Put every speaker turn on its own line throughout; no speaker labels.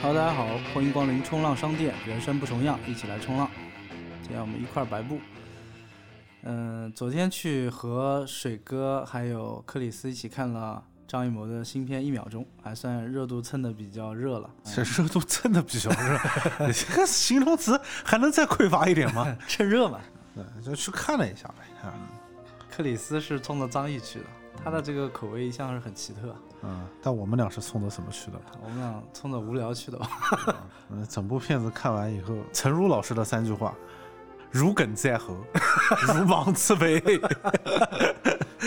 Hello，大家好，欢迎光临冲浪商店，人生不重样，一起来冲浪。今天我们一块儿白布。嗯、昨天去和水哥还有克里斯一起看了张艺谋的新片《一秒钟》，还算热度蹭的比较热了。
这热度蹭的比较热， 你这个形容词还能再匮乏一点 吗？
趁热嘛。
对，就去看了一下呗。啊，
克里斯是冲着张译去的，他的这个口味一向是很奇特。
嗯，但我们俩是冲着什么去的？
我们俩冲着无聊去的吧？
嗯，整部片子看完以后，陈儒老师的三句话：如鲠在喉， 如芒刺 背。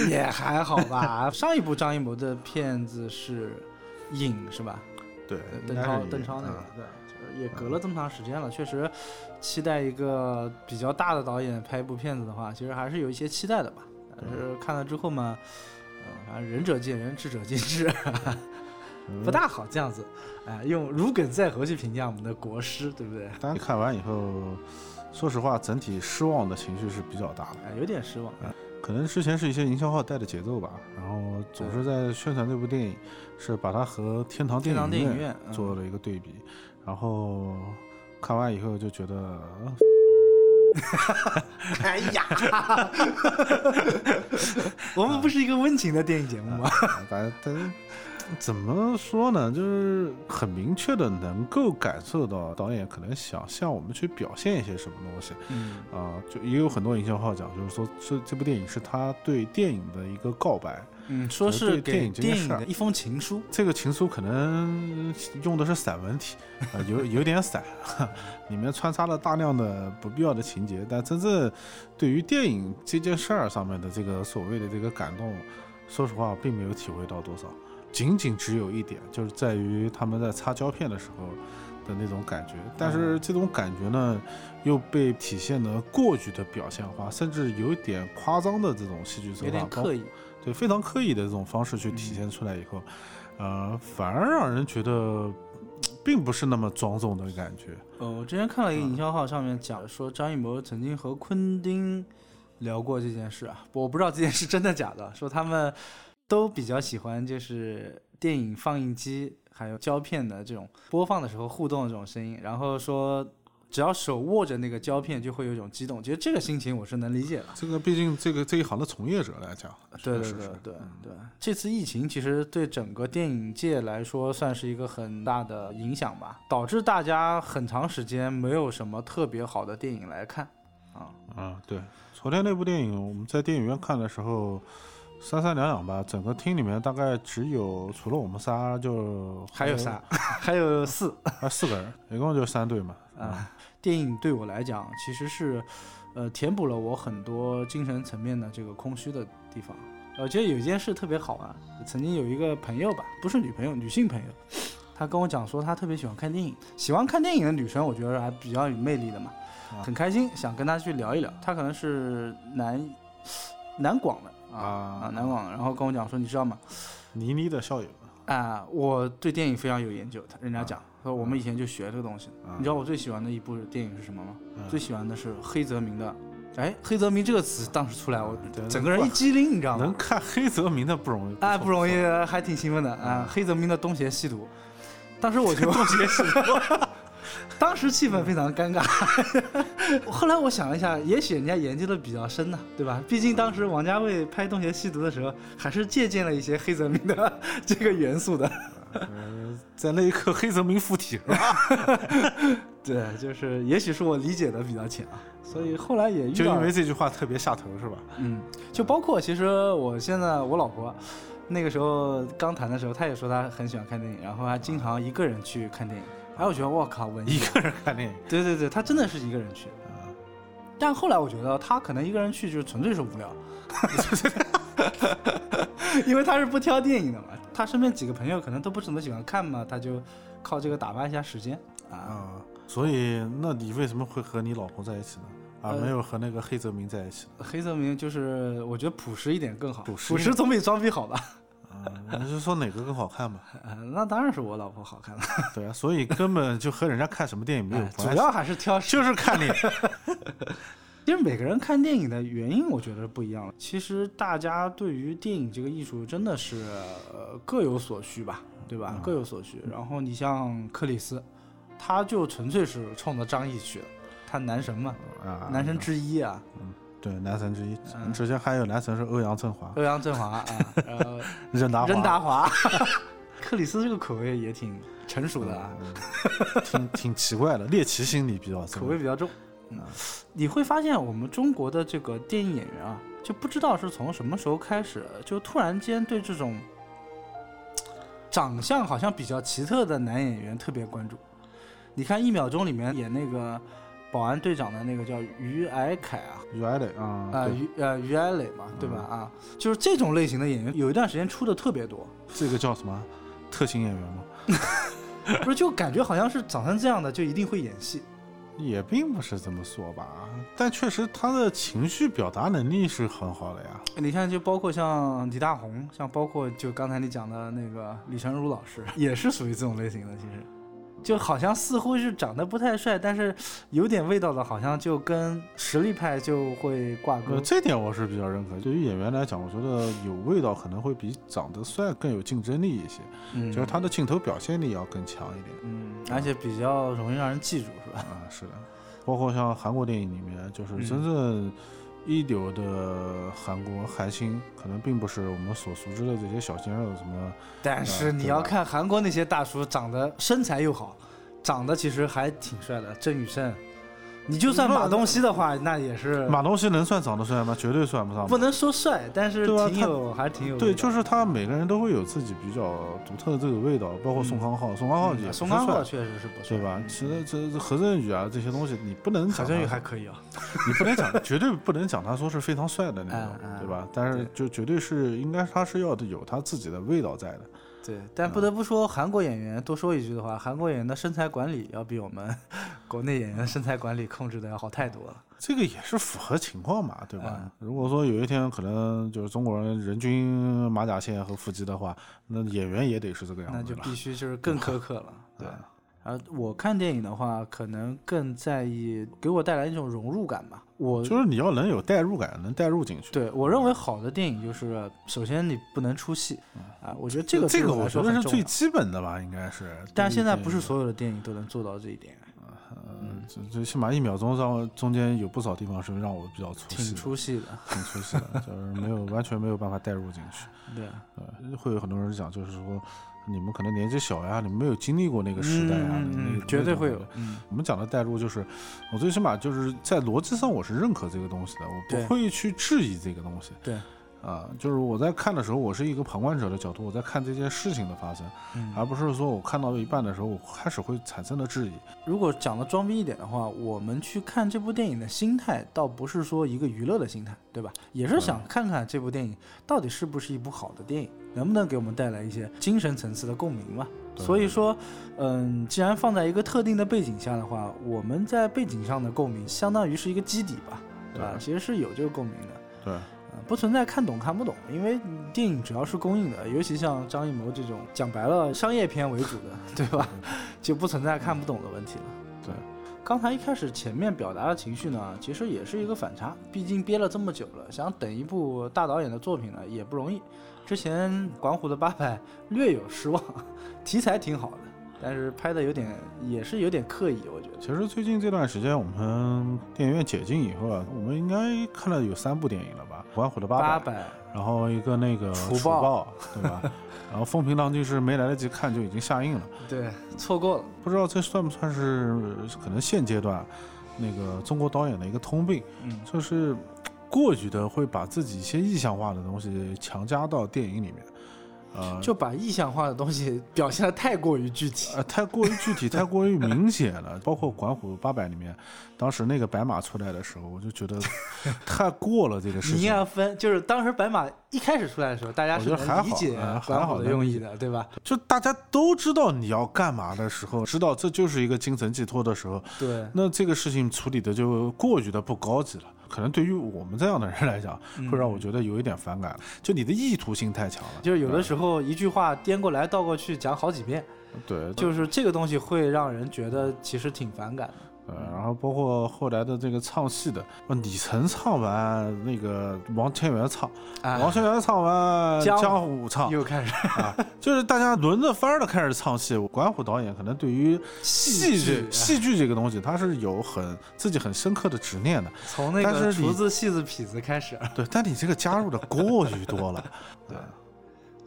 也还好吧。 上一部张艺谋的片子是《影》，是吧？
对，应
邓
该是
超
一
邓超那个
嗯，
对，就是也隔了这么长时间了，确实期待一个比较大的导演拍一部片子的话，其实还是有一些期待的吧。但是看了之后嘛，嗯，反正仁者见仁，智者见智，
嗯
不大好这样子。哎，用如鲠在喉去评价我们的国师，对不对？
但看完以后，说实话，整体失望的情绪是比较大的。
哎，有点失望。
可能之前是一些营销号带的节奏吧，然后
嗯
总是在宣传这部电影，是把它和天堂
天堂电影
影
院嗯
做了一个对比，然后看完以后就觉得，嗯
哎呀，我们不是一个温情的电影节目吗？
反正但怎么说呢，就是很明确的能够感受到导演可能想向我们去表现一些什么东西
嗯，
啊、就也有很多营销号讲，就是说这这部电影是他对电影的一个告白，
嗯，说
可能
是
对电
给
影这件
电影
事儿
的一封情书。
这个情书可能用的是散文体， 啊，有有点散， 里面穿插了大量的不必要的情节，但真正对于电影这件事儿上面的这个所谓的这个感动，说实话并没有体会到多少，仅仅只有一点，就是在于他们在擦胶片的时候的那种感觉，
嗯
但是这种感觉呢，又被体现的过于的表现化，甚至有一点夸张的这种戏剧手
有
法，
点
包
刻意，
对，非常刻意的这种方式去体
嗯
现出来以后，呃，反而让人觉得嗯并不是那么庄重的感觉。
呃，我之前看了一个营销号上面讲说，张艺谋曾经和昆汀聊过这件事啊，我不知道这件事真的假的，说他们都比较喜欢就是电影放映机还有胶片的这种播放的时候互动的这种声音，然后说只要手握着那个胶片就会有一种激动，其实这个心情我是能理解的。
这个毕竟这个这一行的从业者来讲，
对对
是
对
是
对对，这次疫情其实对整个电影界来说算是一个很大的影响吧，导致大家很长时间没有什么特别好的电影来看啊。
啊，对。昨天那部电影我们在电影院看的时候，三三两两吧，整个厅里面大概只有除了我们仨就
还有 啥？还有四
啊四个人，一共就三对嘛。
啊。电影对我来讲，其实是，呃，填补了我很多精神层面的这个空虚的地方。我觉得有一件事特别好玩，曾经有一个朋友吧，不是女朋友，女性朋友，她跟我讲说她特别喜欢看电影，喜欢看电影的女生，我觉得还比较有魅力的嘛，
啊
很开心，想跟她去聊一聊。她可能是南南广的啊啊
啊，
南广的，然后跟我讲说，你知道吗？
倪妮的校友
啊、我对电影非常有研究。他人家讲说我们以前就学这个东西。
啊
你知道我最喜欢的一部电影是什么吗？
嗯
最喜欢的是黑泽明的。哎，黑泽明这个词当时出来，我
对
整个人一激灵，你知道
能
吗？
看黑泽明的不容易，
哎，不容易
错，
还挺兴奋的啊、黑泽明的《东邪西毒》，当时我 就东邪西毒， 当时气氛非常尴尬。 后来我想了一下，也许人家研究的比较深呢、对吧？毕竟当时王家卫拍《东邪西毒》的时候，还是借鉴了一些黑泽明的 这个元素的。
呃在那一刻黑泽明附 体了。
对，就是也许是我理解的比较浅啊，所以后来也遇到，
就因为这句话特别下头是吧？
嗯，就包括其实我现在我老婆，那个时候刚谈的时候，她也说她很喜欢看电影，然后还经常一个人去看电影，哎，我觉得我靠文
一
艺，
个人看电影，
对对对，她真的是一个人去，嗯但后来我觉得她可能一个人去就是纯粹是无聊， 因为她是不挑电影的嘛，她身边几个朋友可能都不怎么喜欢看嘛，她就靠这个打发一下时间啊。
啊，所以那你为什么会和你老婆在一起呢？啊，
呃
没有和那个黑泽明在一起
黑泽明就是我觉得朴实一点更好，
朴实
朴
一
实总比装逼好吧？
啊，你是说哪个更好看嘛？
呃，那当然是我老婆好看了，
对啊，所以根本就和人家看什么电影没有
哎主
关系，
要还是挑食。
就是看脸。
其实每个人看电影的原因，我觉得是不一样的。其实大家对于电影这个艺术真的是呃各有所需吧。对吧？
嗯
各有所需。然后你像克里斯，他就纯粹是冲着张译去的，他男神嘛，
啊，
男神之一啊，
对男神之一
嗯，
之前还有男神是欧阳震华、
欧阳震华 啊，呃，
任达华、嗯
任达华， 克里斯这个口味也挺成熟的啊，
嗯挺挺奇怪的，猎奇心理比较
口味
重。
比较重。嗯，你会发现我们中国的这个电影演员啊，就不知道是从什么时候开始，就突然间对这种长相好像比较奇特的男演员特别关注。你看《一秒钟》里面演那个保安队长的那个叫于矮凯啊，
原来啊，
啊、
对
于呃于艾磊嘛，对吧？啊，就是这种类型的演员，有一段时间出的特别多，
这个叫什么特型演员吗？
不是就感觉好像是长成这样的就一定会演戏。
也并不是这么说吧，但确实他的情绪表达能力是很好的呀。
你看，就包括像李大红，像包括就刚才你讲的那个李成儒老师， 也是属于这种类型的。其实，就好像似乎是长得不太帅，但是有点味道的，好像就跟实力派就会挂
呃，
钩。
这点我是比较认可。对于演员来讲，我觉得有味道可能会比长得帅更有竞争力一些，
嗯，
就是他的镜头表现力要更强一点。
嗯，而且比较容易让人记住，是吧？
啊，是的，包括像韩国电影里面，就是
嗯
真正一流的韩国韩星，可能并不是我们所熟知的这些小鲜肉，什么
但
啊
是你要看韩国那些大叔，长得身材又好，长得其实还挺帅的，郑宇盛。你就算马东锡的话，那也是
马东锡能算长得帅吗？绝对算不上吧。
不能说帅，但是
对啊
挺
他
有，还挺有味道的。
对，就是他每个人都会有自己比较独特的这个味道，包括
嗯
宋康昊，宋康昊
嗯
也
宋
不是
康昊
帅
确实是不错，
对吧？
嗯
其实这这何振宇啊这些东西，你不能
何
讲
振宇
他
还可以啊，
你不能讲，绝对不能讲他说是非常帅的那种，
嗯嗯
对吧？但是就绝对是应该他是要有他自己的味道在的。
对。但不得不说，韩国演员多说一句的话，韩国演员的身材管理要比我们 国内演员的身材管理控制的要好太多了。
这个也是符合情况嘛，对吧？
嗯
如果说有一天可能就是中国人人均马甲线和腹肌的话，那演员也得是这个
那
样子
就
了。
必须啊就是更苛刻了， 对。
嗯
而我看电影的话，可能更在意给我带来一种融入感吧。我
就是你要能有代入感，能代入进去。
对我认为好的电影就是，首先你不能出戏啊，我觉得这个
这
对
个
我来
我觉
说
得
很
是
重
最
要。
基本的吧，应该是。
但现在不
对
是所有的电影都能做到这一点，
嗯，最最起码一秒钟让我中间有不少地方是让我比较出戏
挺
的，
出戏的。
挺出戏的， 就是没有完全没有办法代入进去。
对，
呃，会有很多人讲，就是说你们可能年纪小呀，你们没有经历过那个时代啊，
嗯
那
嗯
那
嗯
个
绝对会。
那
有
种。
嗯，
我们讲的代入就是，我最起码就是在逻辑上我是认可这个东西的，我
对
不会去质疑这个东西。
对，
啊，就是我在看的时候，我是一个旁观者的角度，我在看这件事情的发生，
嗯
而不是说我看到一半的时候，我开始会产生的质疑。
如果讲的装逼一点的话，我们去看这部电影的心态，倒不是说一个娱乐的心态，对吧？也是想看看这部电影到底是不是一部好的电影，能不能给我们带来一些精神层次的共鸣吧。
对
所以说，嗯，既然放在一个特定的背景下的话，我们在背景上的共鸣，相当于是一个基底吧，对吧？
对
其实是有这个共鸣的。
对，
呃不存在看懂看不懂，因为电影只要是公映的，尤其像张艺谋这种讲白了商业片为主的， 对吧？就不存在看不懂的问题了。
对，
刚才一开始前面表达的情绪呢，其实也是一个反差，毕竟憋了这么久了，想等一部大导演的作品呢也不容易。之前管虎的《八佰》略有失望，题材挺好的，但是拍的有点也是有点刻意，我觉得。
其实最近这段时间，我们电影院解禁以后啊，我们应该看了有三部电影了吧？《玩火的八
八
百》，
佰，
然后一个那个《
除
除
暴
暴》，对吧？ 然后《风平浪静》是没来得及看就已经下映了，
对，错过了。
不知道这算不算是呃可能现阶段那个中国导演的一个通病，
嗯，
就是呃过于的会把自己一些意象化的东西强加到电影里面，呃，
就把意象化的东西表现的太过于具体。
呃，太过于具体，太过于明显了。包括《管虎八百》里面，当时那个白马出来的时候，我就觉得太过了这个事
你
情。
要分，就是当时白马一开始出来的时候，大家是
我觉得还
能理
好
解
嗯还
管
好
虎的
能
用
理
意的，对吧？
就大家都知道你要干嘛的时候，知道这就是一个精神寄托的时候，
对，
那这个事情处理的就过于的不高级了。可能对于我们这样的人来讲，
嗯
会让我觉得有一点反感了。就你的意图性太强了，
就是有的时候一句话颠过来倒过去讲好几遍，
对，就
就是这个东西会让人觉得其实挺反感的。
呃，然后包括后来的这个唱戏的，呃李晨唱完，那个王千源唱，王
啊，
千源唱完，
江
江虎唱，
又 开始
就是大家轮着番儿的开始唱戏。管虎导演可能对于戏剧
剧，哎
戏剧这个东西，他是有很自己很深刻的执 念的。
从那
但是
个
你
厨子、戏子、痞子开始。
对，但你这个加入的过于多 了，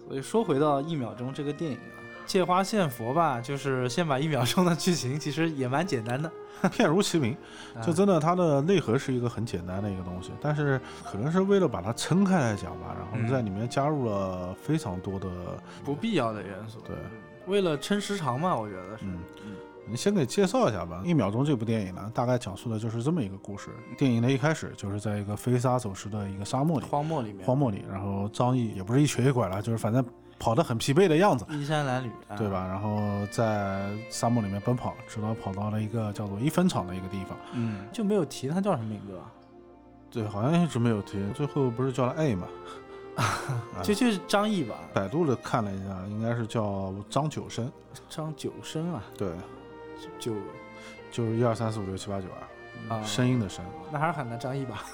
所以说回到一秒钟这个电影啊，借花献佛吧，就是先把一秒钟的剧情其实也蛮简单的，
片如其名。
啊
就真的，它的内核是一个很简单的一个东西，但是可能是为了把它撑开来讲吧，然
嗯
后在里面加入了非常多的，
哎不必要的元素。
对，
为了撑时长嘛，我觉得是。
嗯，你先给介绍一下吧，《一秒钟》这部电影呢，大概讲述的就是这么一个故事。电影的一开始就是在一个飞沙走石的一个沙漠里，
荒漠里面，
荒漠里，然后张译也不是一瘸一拐了，就是反正跑得很疲惫的样子，
衣衫褴褛，啊
对？吧？然后在沙漠里面奔跑，直到跑到了一个叫做一分厂的一个地方。
嗯，就没有提他叫什么名字啊，
对，好像一直没有提。最后不是叫了 A 嘛？啊
就就是张译吧，
百度的看了一下，应该是叫张九生。
张九生啊，
对，
九
啊就是一二三四五六七八九啊，
啊，
声音的声。
那还是喊他张译吧，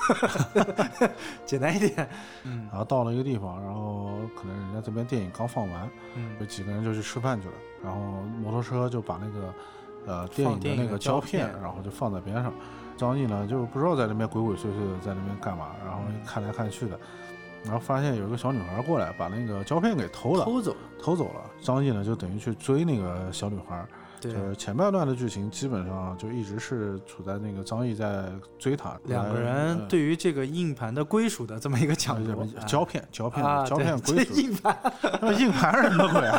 简单一点。嗯
然后到了一个地方，然后可能人家这边电影刚放完，有
嗯，
几个人就去吃饭去了。然后摩托车就把那个呃电
放
影的
电影
那
的
个
胶
胶片，
片
然后就放在边上。张译呢就不知道在那边鬼鬼祟祟的在那边干嘛，然后
嗯
看来看去的，然后发现有一个小女孩过来把那个胶片给偷了，
偷走，
偷走了。张译呢就等于去追那个小女孩，
对
就，是前半段的剧情基本上就一直是处在那个张译在追她，
两个
呃
人对于这个硬盘的归属的这么一个
呃
抢夺，啊
胶片胶片
啊，
胶
对
片
这
归属，
硬盘
那硬盘是什么鬼啊？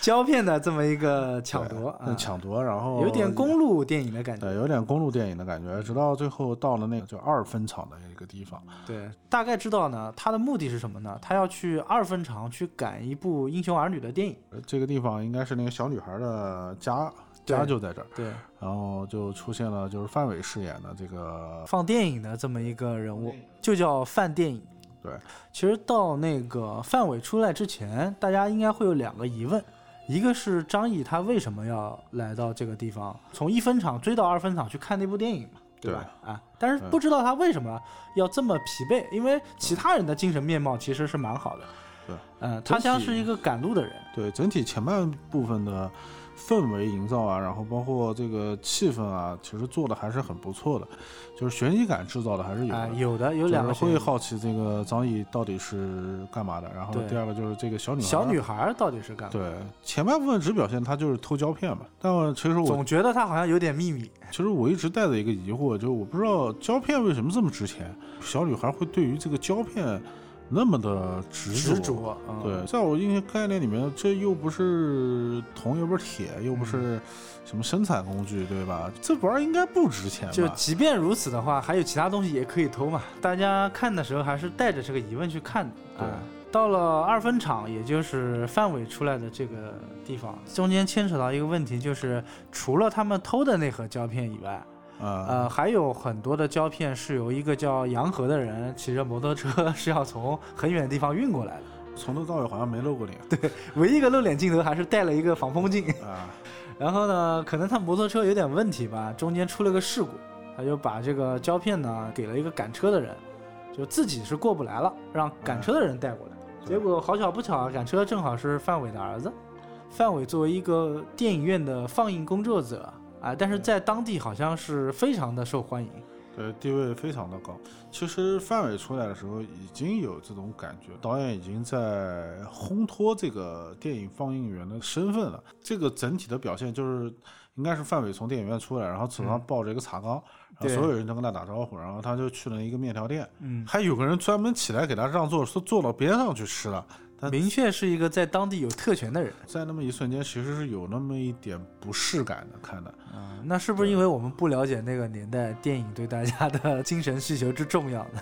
胶片的这么一个抢夺
那
啊，
抢夺，然后
有点公路电影的感觉。
呃对，有点公路电影的感觉，直到最后到了那个就二分厂的一个地方，
对，大概知道呢，他的目的是什么呢？他要去二分厂去赶一部英雄儿女的电影。
呃这个地方应该是那个小女孩的家，
对
家就在这儿，
对，
然后就出现了就是范伟饰演的这个
放电影的这么一个人物，就叫范电影。
对，
其实到那个范伟出来之前，大家应该会有两个疑问，一个是张译他为什么要来到这个地方，从一分厂追到二分厂去看那部电影嘛，
对
吧？啊，但是
嗯
不知道他为什么要这么疲惫，因为其他人的精神面貌其实是蛮好的。
对，
嗯，他像是一个赶路的人，
对整体前半部分的氛围营造啊，然后包括这个气氛啊，其实做的还是很不错的，就是悬疑感制造的还是有的。
啊，有的有两个
就是会
学
好奇这个张译到底是干嘛的，然后
对
第二个就是这个小女孩，
小女孩儿到底是干嘛？
对前半部分只表现她就是偷胶片嘛，但其实我
总觉得她好像有点秘密。
其实我一直带着一个疑惑，就是我不知道胶片为什么这么值钱，小女孩会对于这个胶片那么的执着。
执着，嗯
对，在我印象概念里面，这又不是铜，又不是铁，又不是
嗯
什么生产工具，对吧？这玩意儿应该不值钱
就
吧？
即便如此的话，还有其他东西也可以偷嘛。大家看的时候还是带着这个疑问去看的。
对
啊到了二分厂，也就是范伟出来的这个地方，中间牵扯到一个问题，就是除了他们偷的那盒胶片以外，
啊，
呃，还有很多的胶片是由一个叫杨和的人骑着摩托车 是要从很远的地方运过来的。
从头到尾好像没露过脸。对
唯一一个露脸镜头还是带了一个防风镜。
啊，
然后呢，可能他摩托车有点问题吧，中间出了个事故，他就把这个胶片呢给了一个赶车的人，就自己是过不来了，让赶车的人带过来。
对
结果好巧不巧啊，赶车正好是范伟的儿子。范伟作为一个电影院的放映工作者啊，但是在当地好像是非常的受欢迎。
对，地位非常的高。其实范伟出来的时候已经有这种感觉，导演已经在烘托这个电影放映员的身份了。这个整体的表现就是，应该是范伟从电影院出来，然后手上抱着一个茶缸，然后
对
所有人都跟他打招呼，然后他就去了一个面条店，
嗯，
还有个人专门起来给他让座，说坐到边上去吃了。他
明确是一个在当地有特权的人。
在那么一瞬间，其实是有那么一点不适感的，看的。
嗯，那是不是因为我们不了解那个年代电影对大家的精神需求之重要呢？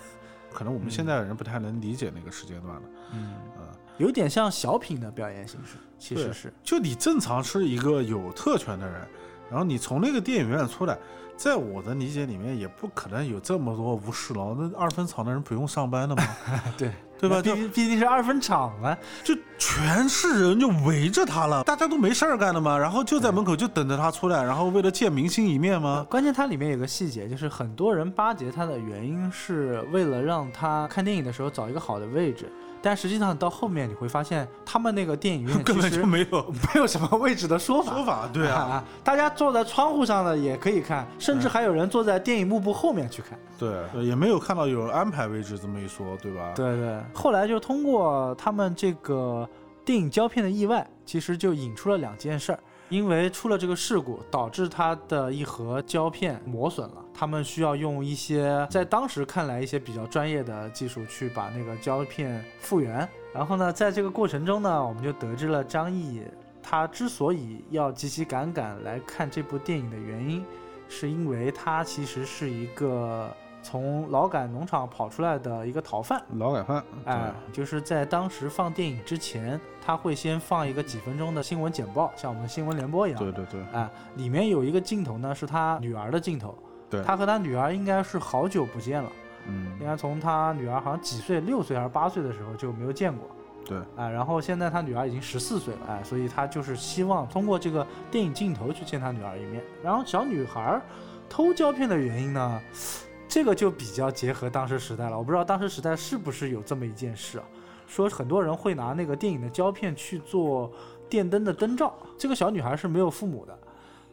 可能我们现在的人不太能理解那个时间段了。
嗯。
嗯，
有点像小品的表演形式，其实是
就你正常是一个有特权的人，然后你从那个电影院出来，在我的理解里面，也不可能有这么多无事佬。那二分厂的人不用上班的吗？
对
对吧？
毕
就
毕竟是二分场了，
就全是人就围着他了，大家都没事儿干的嘛，然后就在门口就等着他出来，然后为了见明星一面吗？
啊关键它里面有个细节，就是很多人巴结它的原因是为了让他看电影的时候找一个好的位置，但实际上到后面你会发现，他们那个电影 院
根
其
本
实
就
没
没有
有什么位置的说法。
说法，对 啊，
啊，嗯大家坐在窗户上的也可以看，甚至还有人坐在电影幕布后面去看。
对，也没有看到有人安排位置这么一说，对吧？
对对，后来就通过他们这个电影胶片的意外，其实就引出了两件事儿。因为出了这个事故，导致它的一盒胶片磨损了，他们需要用一些在当时看来一些比较专业的技术去把那个胶片复原。然后呢，在这个过程中呢，我们就得知了张译他之所以要急急赶赶来看这部电影的原因，是因为他其实是一个从劳改农场跑出来的一个逃犯。
劳改犯，对
哎，就是在当时放电影之前，他会先放一个几分钟的新闻简报，像我们新闻联播一样。
对对对，
哎，里面有一个镜头呢，是他女儿的镜头。
对
他和他女儿应该是好久不见了，应
嗯，
该从他女儿好像几岁，六岁还是八岁的时候就没有见过。
对，
哎，然后现在他女儿已经十四岁了，哎，所以他就是希望通过这个电影镜头去见他女儿一面。然后小女孩儿偷胶片的原因呢，这个就比较结合当时时代了。我不知道当时时代是不是有这么一件事啊，说很多人会拿那个电影的胶片去做电灯的灯罩。这个小女孩是没有父母的，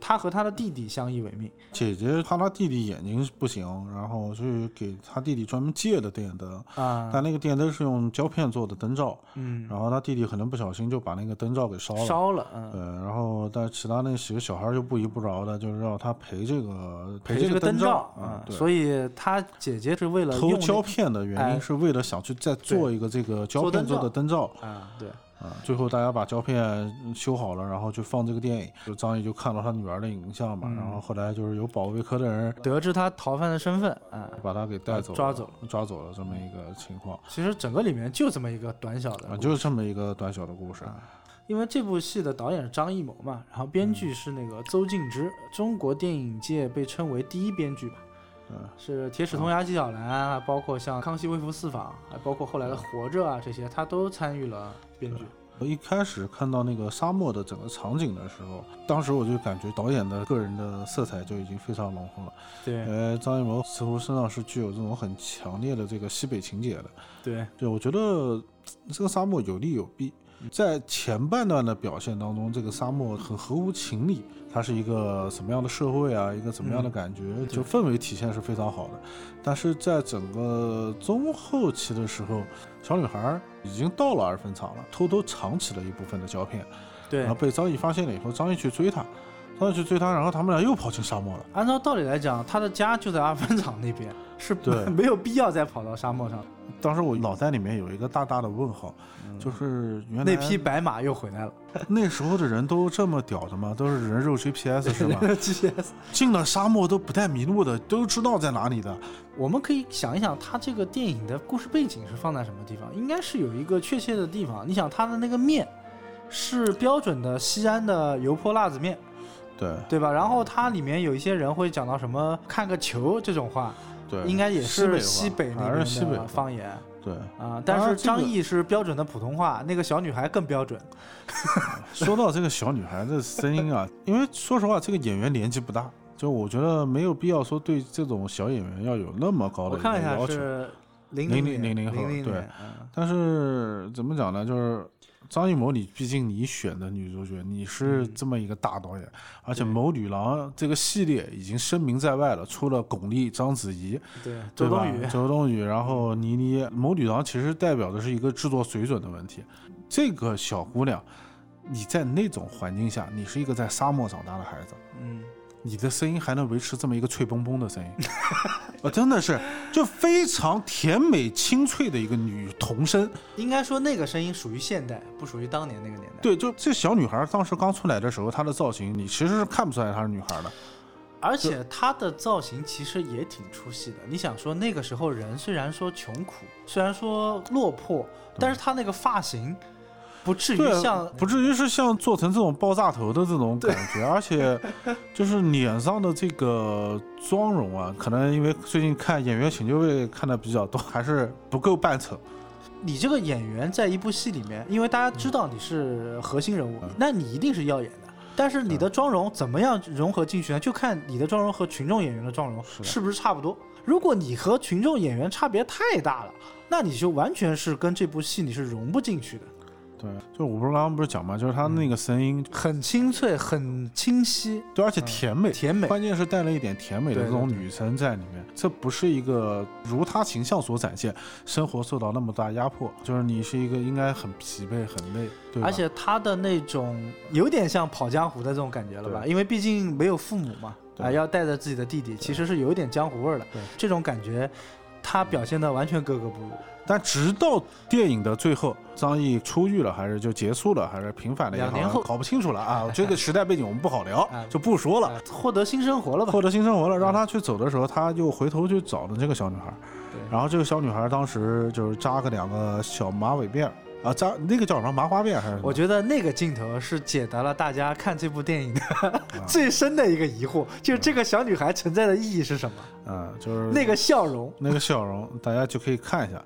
她和她的弟弟相依为命。
姐姐怕她弟弟眼睛不行，然后去给她弟弟专门借的电灯，
啊、
但那个电灯是用胶片做的灯罩，
嗯，
然后她弟弟可能不小心就把那个灯罩给烧了。
烧了，嗯，
对，然后但其他那几个小孩儿就不依不饶的，就是让他赔这个
陪
这
这个
灯
罩，嗯
啊，对
所以她姐姐是为了
偷
用那
胶
个
片的原
哎
因是为了想去再做一个这个胶
做
片
灯
做
罩
的灯罩
啊，对。
啊。最后大家把胶片嗯修好了，然后去放这个电影。就张译就看到他女儿的影像
嗯
嘛，然后后来就是有保卫科的人
得知他逃犯的身份，啊、
把他给带走了、
抓走
抓走了这么一个情况
其实整个里面就这么一个短小的
啊，
嗯故事，
就是这么一个短小的故事。
因为这部戏的导演是张艺谋嘛，然后编剧是那个邹静之，中国电影界被称为第一编剧吧，
嗯，
是《铁齿铜牙纪晓岚》啊，包括像《康熙微服私访》，还包括后来的《活着啊》这些，他都参与了编剧。
我一开始看到那个沙漠的整个场景的时候，当时我就感觉导演的个人的色彩就已经非常浓厚了。
对
呃，张艺谋似乎身上是具有这种很强烈的这个西北情结的。
对，
对，我觉得嘖这个沙漠有利有弊。
嗯
在前半段的表现当中，这个沙漠很合乎情理，它是一个什么样的社会啊，一个怎么
嗯
样的感觉，就氛围体现是非常好的。但是在整个中后期的时候，小女孩儿已经到了二分厂了，偷偷藏起了一部分的胶片，
对
然后，被张译发现了以后，张译去追她，张译去追她，然后他们俩又跑进沙漠了。
按照道理来讲，他的家就在二分 厂那边，是
对
没有必要再跑到沙漠上。
当时我脑袋里面有一个大大的问号，就是
嗯
原来
那匹白马又回来了，
那时候的人都这么屌的吗？都是人肉 GPS 是 吧？
GPS
进了沙漠都不带迷路的，都知道在哪里的。
我们可以想一想，他这个电影的故事背景是放在什么地方？应该是有一个确切的地方。你想，他的那个面是标准的西安的油泼辣子面，
对
对吧？然后它里面有一些人会讲到什么看个球这种话，
对
应该也是西
西
北
话
那
还是西
边
北
的
话
方言
对，
啊。但
啊
是
这个
张译是标准的普通话，那个小女孩更标准。
说到这个小女孩的声音啊，因为说实话，这个演员年纪不大，就我觉得没有必要说对这种小演员要有那么高
我
的一
看了
个
一下
要求。
是零
00
零
00后
零
对
年，嗯
但是怎么讲呢？就是张艺谋，你毕竟你选的女主角，你是这么一个大导演，而且《
嗯对
谋女郎》这个系列已经声名在外了，出了巩俐、章子怡，
对，
对
周
吧
冬雨
周冬雨，然后倪妮，谋女郎其实代表的是一个制作水准的问题。这个小姑娘，你在那种环境下，你是一个在沙漠长大的孩子，
嗯，
你的声音还能维持这么一个脆嘣嘣的 声音，我真的是就非常甜美清脆的一个女童声。
应该说那个声音属于现代，不属于当年那个年代。
对，就这小女孩当时刚出来的时候，她的造型你其实是看不出来她是女孩的。
而且她的造型其实也挺出戏的。你想说那个时候人虽然说穷苦，虽然说落魄，但是她那个发型不至于
对
像，
不至于是像做成这种爆炸头的这种
对
感觉，而且就是脸上的这个妆容啊，可能因为最近看《演员请就位》看的比较多，还是不够扮丑。
你这个演员在一部戏里面，因为大家知道你是核心人物，
嗯
那你一定是耀眼的。但是你的妆容怎么样融合进去呢？就看你的妆容和群众演员的妆容
是的
是不是差不多。如果你和群众演员差别太大了，那你就完全是跟这部戏你是融不进去的。
对，就我不是刚刚不是讲嘛，就是他
嗯
那个声音，
很清脆，很清晰，
对，而且甜美。
嗯甜美。
关键是带了一点甜美的
对
这种
对对
女生在里面，这不是一个如她形象所展现，生活受到那么大压迫，就是你是一个应该很疲惫、很累，对吧？
而且他的那种有点像跑江湖的这种感觉了吧？
对
因为毕竟没有父母嘛，
对
啊，要带着自己的弟弟，其实是有一点江湖味儿的
对。
这种感觉，他表现的完全格格不入。
但直到电影的最后，张译出狱了，还是就结束了，还是平反了也好，
两年后
搞不清楚 了啊。这个时代背景我们不好聊
啊，
就不说了。
啊获得新生活了吧？
嗯获得新生活了，让他去走的时候，他又回头去找了这个小女孩。
对
然后这个小女孩当时就是扎个两个小马尾辫儿啊，扎那个叫什么麻花辫还是什么？
我觉得那个镜头是解答了大家看这部电影的
啊
最深的一个疑惑，就是这个小女孩存在的意义是什么？
嗯，就是
那个笑容
那个笑容，大家就可以看一下。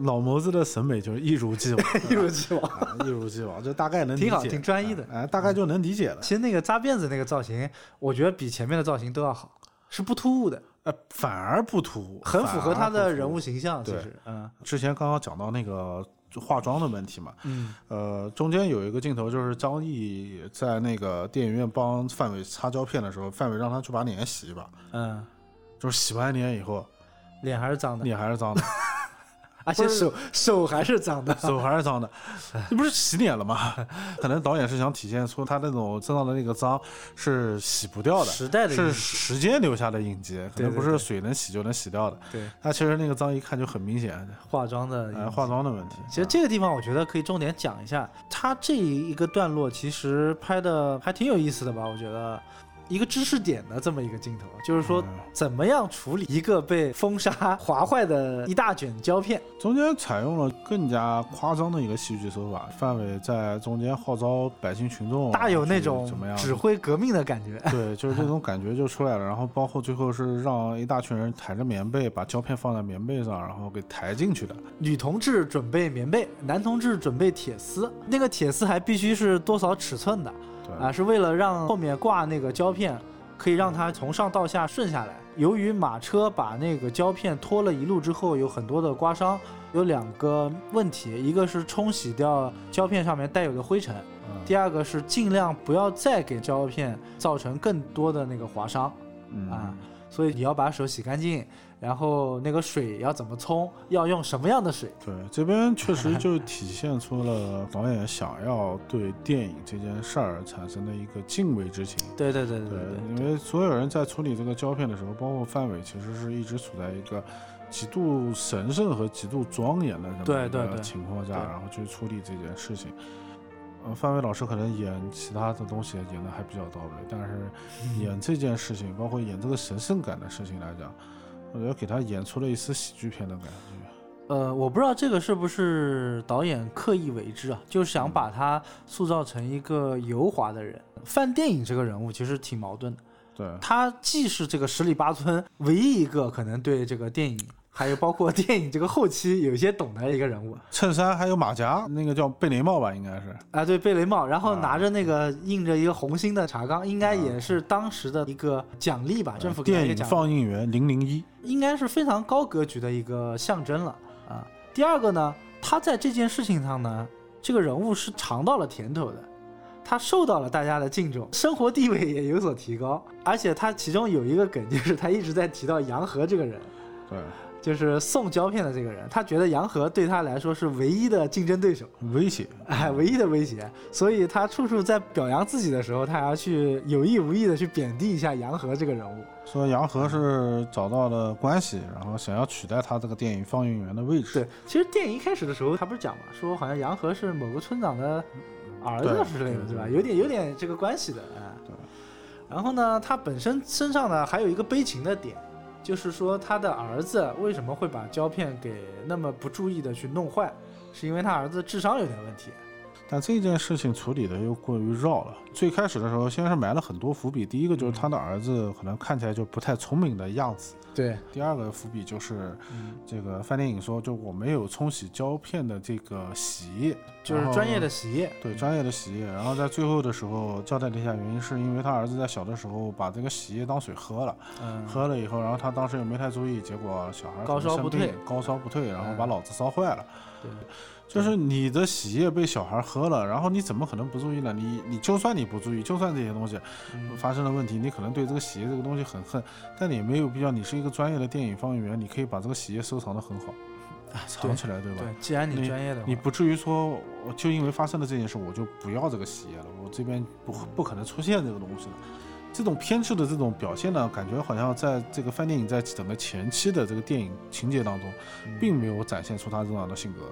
老谋子的审美就是一如既往，
一如既往，
啊一如既往，就大概能理解，
挺好，挺专一的。
哎，大概就能理解了。
其实那个扎辫子那个造型，我觉得比前面的造型都要好，是不突兀的。
呃，反而不突兀，
很符合他
反而
的
不突
人
兀
物形象，其
对
实，嗯
之前刚刚讲到那个化妆的问题嘛，
嗯，
呃，中间有一个镜头就是张译在那个电影院帮范伟擦胶片的时候，范伟让他去把脸洗一把，
嗯，
就是洗完脸以后
脸还是脏的，
脸还是脏的，
而且手手还是脏的，
手还是脏的， 你不是洗脸了吗？ 可能导演是想体现出他那种身上的那个脏是洗不掉的，
时代的
是
印记
时间留下的印记，可
对对
能不
对
是水能洗就能洗掉的。
对
他其实那个脏一看就很明显，
化妆的
哎，
影
化
响。
妆的问题。
其实这个地方我觉得可以重点讲一下，他这一个段落其实拍的还挺有意思的吧？我觉得一个知识点的这么一个镜头，就是说
嗯
怎么样处理一个被风沙 划坏的一大卷胶片。
中间采用了更加夸张的一个戏剧手法，范伟在中间号召百姓群众，啊
大有那
去
种
怎么样？
指挥革命的感觉。
对，就是这种感觉就出来了。然后包括最后是让一大群人抬着棉被，把胶片放在棉被上，然后给抬进去的。
女同志准备棉被，男同志准备铁丝，那个铁丝还必须是多少尺寸的
对，
啊？是为了让后面挂那个胶片，可以让它从上到下顺下来。由于马车把那个胶片拖了一路之后，有很多的刮伤，有两个问题，一个是冲洗掉胶片上面带有的灰尘，
嗯
第二个是尽量不要再给胶片造成更多的那个划伤。
嗯
啊，所以你要把手洗干净，然后那个水要怎么冲，要用什么样的水，
对，这边确实就体现出了导演想要对电影这件事儿产生的一个敬畏之情。
对对对对
对
对，
因为所有人在处理这个胶片的时候，包括范伟，其实是一直处在一个极度神圣和极度庄严的这么
对
一
对
个
对
情况下，
对
然后去处理这件事情。呃，范伟老师可能演其他的东西演的还比较到位，但是
嗯
演这件事情，包括演这个神圣感的事情来讲，我觉得给他演出了一丝喜剧片的感觉。
呃，我不知道这个是不是导演刻意为之啊，就是想把他塑造成一个油滑的人。范电影这个人物其实挺矛盾的，
对，
他既是这个十里八村唯一一个可能对这个电影，还有包括电影这个后期有一些懂的一个人物
衬衫还有马甲，那个叫贝雷帽吧，应该是。
啊，对贝雷帽，然后
啊
拿着那个印着一个红心的茶缸，应该也是当时的一个奖励吧，政府给他
啊电
一个
影
奖励。
放映员零零一，
应该是非常高格局的一个象征了啊。第二个呢，他在这件事情上呢，这个人物是尝到了甜头的，他受到了大家的敬重，生活地位也有所提高。而且他其中有一个梗，就是他一直在提到杨和这个人，
对，
就是送胶片的这个人，他觉得杨和对他来说是唯一的竞争对手，
威胁。
哎，唯一的威胁。所以他处处在表扬自己的时候，他还要去有意无意的去贬低一下杨和这个人物。
说杨和是找到了关系，然后想要取代他这个电影放映员的位置。
对，其实电影一开始的时候，他不是讲嘛，说好像杨和是某个村长的儿子
对
之类的，
对
对吧？
对
有点有点这个关系的，哎。
对。
然后呢，他本身身上呢还有一个悲情的点，就是说他的儿子为什么会把胶片给那么不注意的去弄坏，是因为他儿子智商有点问题。
但这件事情处理的又过于绕了。最开始的时候，先是埋了很多伏笔，第一个就是他的儿子可能看起来就不太聪明的样子，
对，
第二个伏笔就是
嗯，
这个范电影说，就我没有冲洗胶片的这个洗液，
就是
然后
专业的洗液，
对专业的洗液。然后在最后的时候交代了一下原因，是因为他儿子在小的时候把这个洗液当水喝了，
嗯，
喝了以后，然后他当时也没太注意，结果小孩可能
高烧
生
不
病
退，
高烧不退，然后把
嗯
脑子烧坏了。
对，
就是你的洗液被小孩喝了，然后你怎么可能不注意呢？你你就算你不注意，就算这些东西
嗯
发生了问题，你可能对这个洗液这个东西很恨，但你也没有必要。你是一个专业的电影放映员，你可以把这个洗液收藏的很好，藏起来，对吧？
啊对，既然你专业的话，
你不至于说，我就因为发生了这件事，我就不要这个洗液了，我这边不不可能出现这个东西了。这种偏执的这种表现呢，感觉好像在这个范电影在整个前期的这个电影情节当中，
嗯
并没有展现出他这样的性格。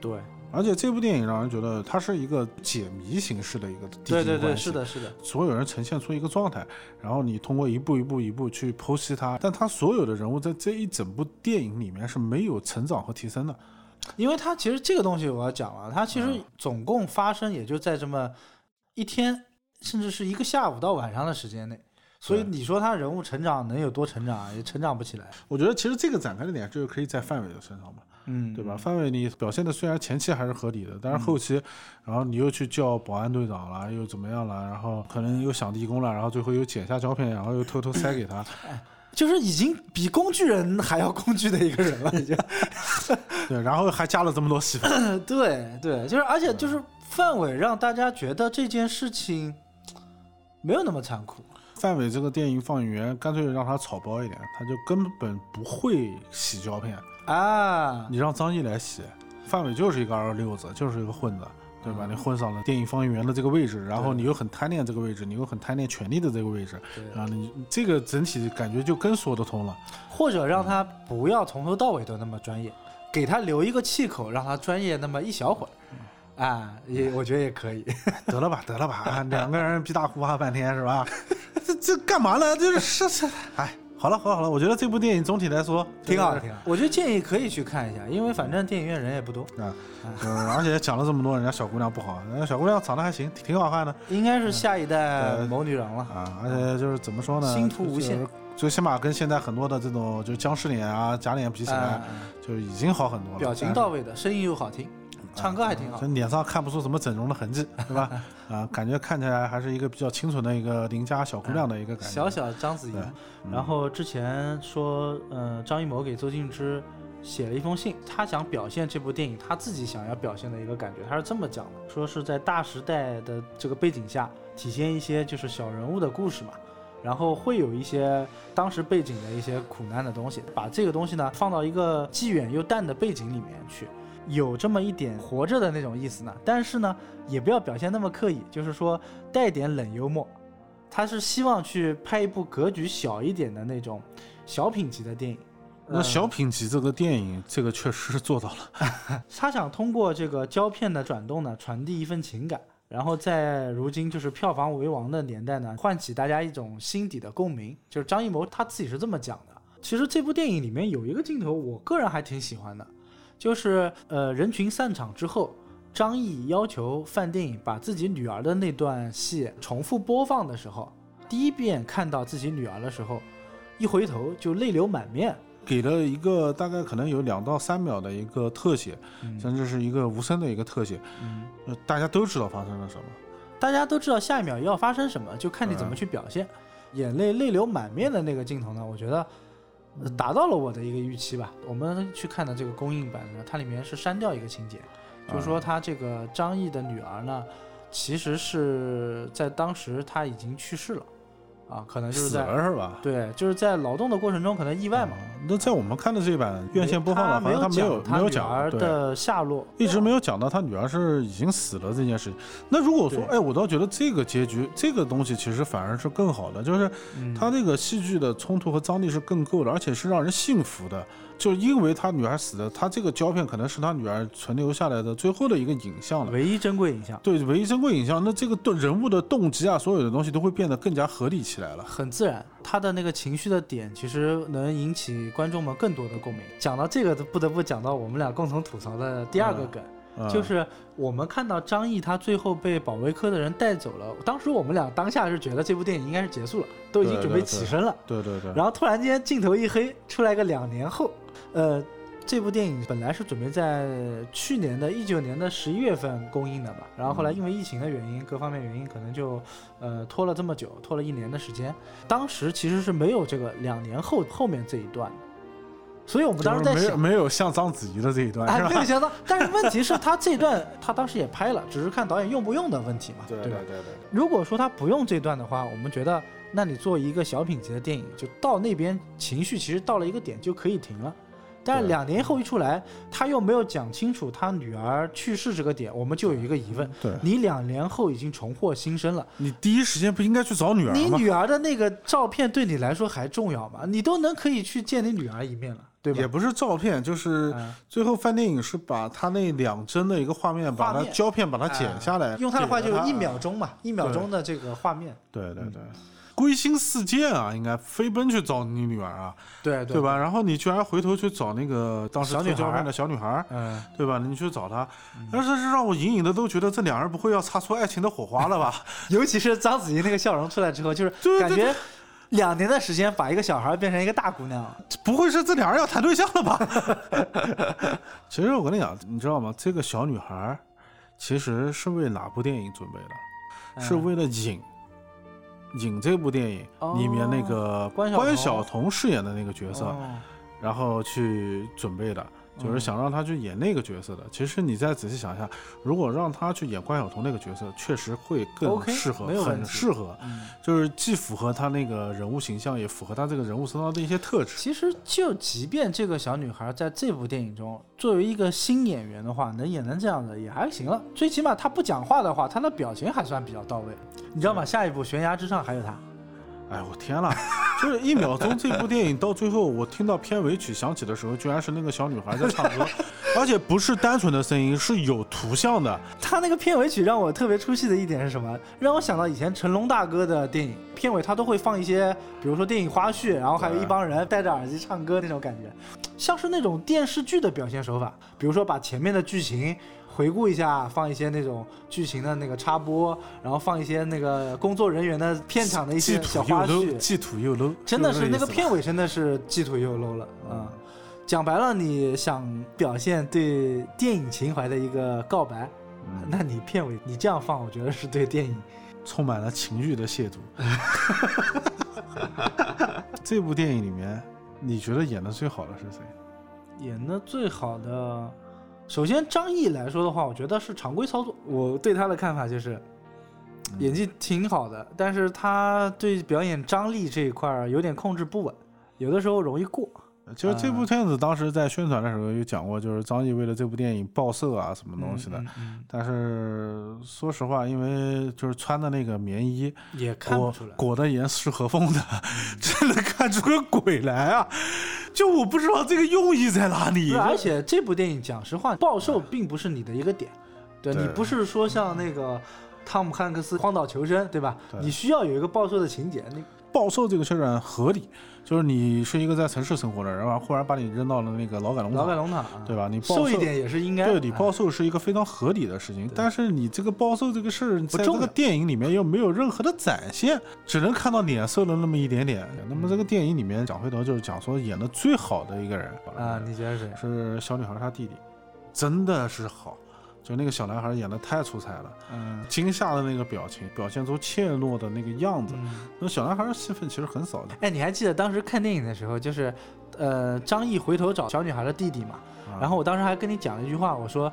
对，
而且这部电影让人觉得它是一个解谜形式的一个递
对
进
对对，
关系
是，的，是的，
所有人呈现出一个状态，然后你通过一步一步一步去剖析它，但他所有的人物在这一整部电影里面是没有成长和提升的。
因为它其实这个东西我要讲了，它其实
嗯
总共发生也就在这么一天，甚至是一个下午到晚上的时间内，所以
对
你说他人物成长能有多成长啊，也成长不起来，
我觉得其实这个展开的点就是可以在范伟的身上嘛，
嗯，
对吧？？范伟你表现的虽然前期还是合理的，但是后期，然后你又去叫保安队长了，又怎么样了，然后可能又想地宫了，然后最后又剪下胶片，然后又偷偷塞给他，
就是已经比工具人还要工具的一个人了，已 经。
对，然后还加了这么多戏份，
对对，就是而且就是范伟让大家觉得这件事情没有那么残酷，
范伟这个电影放映员干脆让他草包一点，他就根本不会洗胶片。
啊，
你让张译来洗，范伟就是一个二六子，就是一个混子，对吧？
嗯
你混上了电影放映员的这个位置，然后
对
你又很贪恋这个位置，你又很贪恋权力的这个位置，
对
然后你这个整体感觉就更说得通了。
或者让他不要从头到尾都那么专业，给他留一个气口，让他专业那么一小会儿，啊，也我觉得也可以。
得了吧，得了吧，啊两个人逼大呼哈半天是吧？ 这这干嘛呢？就是是是，哎，好了好了好了，我觉得这部电影总体来说
挺好，
的。
挺好。我就建议可以去看一下，因为反正电影院人也不多，
啊，嗯，而且讲了这么多，人家小姑娘不好，人家小姑娘长得还行，挺挺好看的。
应该是下一代
对
谋女郎了。
啊，而且就是怎么说呢，
星途无限
就是，最起码跟现在很多的这种就僵尸脸啊、假脸比起来，
啊，
就是已经好很多了。
表情到位的，声音又好听，唱歌还挺
但
好
是，就。脸上看不出什么整容的痕迹，对吧？啊，感觉看起来还是一个比较清纯的一个邻家小姑娘的一个感觉。
啊小小章子怡
对，嗯
然后之前说，呃，张艺谋给邹静之写了一封信，他想表现这部电影他自己想要表现的一个感觉，他是这么讲的，说是在大时代的这个背景下，体现一些就是小人物的故事嘛。然后会有一些当时背景的一些苦难的东西，把这个东西呢放到一个既远又淡的背景里面去，有这么一点活着的那种意思呢。但是呢，也不要表现那么刻意，就是说带点冷幽默，他是希望去拍一部格局小一点的那种小品级的电影。
那小品级这个电影，这个确实是做到了。
呃他想通过这个胶片的转动呢，传递一份情感，然后在如今就是票房为王的年代呢，唤起大家一种心底的共鸣。就是张艺谋他自己是这么讲的。其实这部电影里面有一个镜头，我个人还挺喜欢的，就是呃人群散场之后，张译要求范电影把自己女儿的那段戏重复播放的时候，第一遍看到自己女儿的时候，一回头就泪流满面。
给了一个大概可能有两到三秒的一个特写，甚至是一个无声的一个特写，
嗯
呃大家都知道发生了什么。
大家都知道下一秒要发生什么，就看你
嗯
怎么去表现。眼泪泪流满面的那个镜头呢，我觉得呃
嗯
达到了我的一个预期吧。我们去看的这个公映版呢，它里面是删掉一个情节，
嗯
就是说他这个张译的女儿呢，其实是在当时她已经去世了，啊，可能就是
死
在
了是吧？
对，就是在劳动的过程中可能意外嘛。
嗯那在我们看的这一版院线播放了，好像
他
没有没有
讲他女
讲
儿
对。
的下落，
一直没有讲到他女儿是已经死了这件事情。那如果说，
对
哎，我倒觉得这个结局，这个东西其实反而是更好的，就是
嗯
他这个戏剧的冲突和张力是更够的，而且是让人信服的。就因为他女儿死了，他这个胶片可能是他女儿存留下来的最后的一个影像了。
唯一珍贵影像，
对，唯一珍贵影像，那这个对人物的动机啊，所有的东西都会变得更加合理起来了。
很自然，他的那个情绪的点其实能引起观众们更多的共鸣。讲到这个，不得不讲到我们俩共同吐槽的第二个梗，
啊、嗯
就是我们看到张译他最后被保卫科的人带走了，当时我们俩当下是觉得这部电影应该是结束了，都已经
对
准备
对
起
对
身了。
对对对，
然后突然间镜头一黑，出来个两年后，呃，这部电影本来是准备在去年的一九年的十一月份公映的嘛，然后
嗯
后来因为疫情的原因，各方面原因，可能就呃拖了这么久，拖了一年的时间。当时其实是没有这个两年后后面这一段的，所以我们当时在
就是
想。
没有没有像章子怡的这一段
哎
是，吧？
没有想到，但是问题是，他这段他当时也拍了，只是看导演用不用的问题嘛，吧？
对对。
如果说他不用这段的话，我们觉得，那你做一个小品级的电影，就到那边情绪其实到了一个点就可以停了。但是
对
两年后一出来，他又没有讲清楚他女儿去世这个点，我们就有一个疑问：
嗯对
你两年后已经重获新生了，
你第一时间不应该去找女儿
你
吗？
女儿的那个照片对你来说还重要吗？你都能可以去见你女儿一面了，对吧
也？不是照片，就是
嗯
最后范电影是把他那两帧的一个画面，
画
把它
面哎
胶片把它剪下来，
用他的话就
给
是
了
一。秒钟嘛，一秒钟的这个画面，
对对
嗯
对，归心似箭啊，应该飞奔去找你女儿啊，
对
对？吧？然后你居然回头去找那个当时
小女
偷胶
孩
片的小女孩儿，
嗯，
对吧？你去找她，但是是让我隐隐的都觉得这两人不会要擦出爱情的火花了吧？
尤其是章子怡那个笑容出来之后，就是
对对
感觉两年的时间把一个小孩变成一个大姑娘，
不会是这俩人要谈对象了吧？ 其实我跟你讲，你知道吗？这个小女孩儿其实是为哪部电影准备的？是
嗯
为了影。影这部电影
哦
里面那个
关晓
关
彤
晓彤饰演的那个角色，
哦嗯
然后去准备的，就是想让她去演那个角色的。其实你再仔细想一下，如果让她去演关晓彤那个角色，确实会更
OK，
适合
没有问
很
题
适合，
嗯
就是既符合她那个人物形象，也符合她这个人物身上的一些特质。
其实就即便这个小女孩在这部电影中作为一个新演员的话，能演成这样的也还行了。最起码她不讲话的话，她的表情还算比较到位，你知道吗？下一部《悬崖之上》还有她，
哎，我天啦！就是一秒钟，这部电影到最后，我听到片尾曲响起的时候，居然是那个小女孩在唱歌，而且不是单纯的声音，是有图像的。
她那个片尾曲让我特别出戏的一点是什么？让我想到以前成龙大哥的电影片尾，他都会放一些，比如说电影花絮，然后还有一帮人戴着耳机唱歌那种感觉，像是那种电视剧的表现手法。比如说把前面的剧情回顾一下，放一些那种剧情的那个插播，然后放一些那个工作人员的片场的一
既
些小
土又
花
low，
絮，
既土又 low，
真的是那
就
个
这意思吧
片尾真的是既土又 low 了啊、嗯
嗯
讲白了，你想表现对电影情怀的一个告白。
嗯
啊那你片尾你这样放，我觉得是对电影
充满了情欲的亵渎。 这部电影里面，你觉得演的最好的是谁？
演的最好的。首先，张译来说的话，我觉得是常规操作。我对他的看法就是，
嗯
演技挺好的，但是他对表演张力这一块儿有点控制不稳，有的时候容易过。
就是这
嗯
部片子当时在宣传的时候有讲过，就是张译为了这部电影报社啊什么东西的。
嗯嗯
但是说实话，因为就是穿的那个棉衣，
嗯也看不
裹
出来。
裹得严丝合缝的，真的看出个鬼来啊！就我不知道这个用意在哪里
不是，。而且这部电影讲实话，暴瘦并不是你的一个点，对
对
你不是说像那个汤姆汉克斯《荒岛求生》对吧？
对
你需要有一个暴瘦的情节，你
暴瘦这个事儿啊合理，就是你是一个在城市生活的人，然后忽然把你扔到了那个劳改笼
老板
场，
龙塔啊
对吧？你暴
瘦
瘦
一，点也是应该。
对你暴
啊
瘦是一个非常合理的事情，但是你这个暴瘦这个事儿在这
重要
个电影里面又没有任何的展现，只能看到脸瘦了那么一点点。那么这
嗯
个电影里面讲回头就是讲说演的最好的一个人
啊，你觉得谁？
是小女孩她弟弟，真的是好，就那个小男孩演的太出彩了，
嗯
惊吓的那个表情，表现出怯懦的那个样子。
嗯，
那小男孩的戏份其实很少的，
哎，你还记得当时看电影的时候，就是，呃，张译回头找小女孩的弟弟嘛，
啊
哎然后我当时还跟你讲了一句话，我说，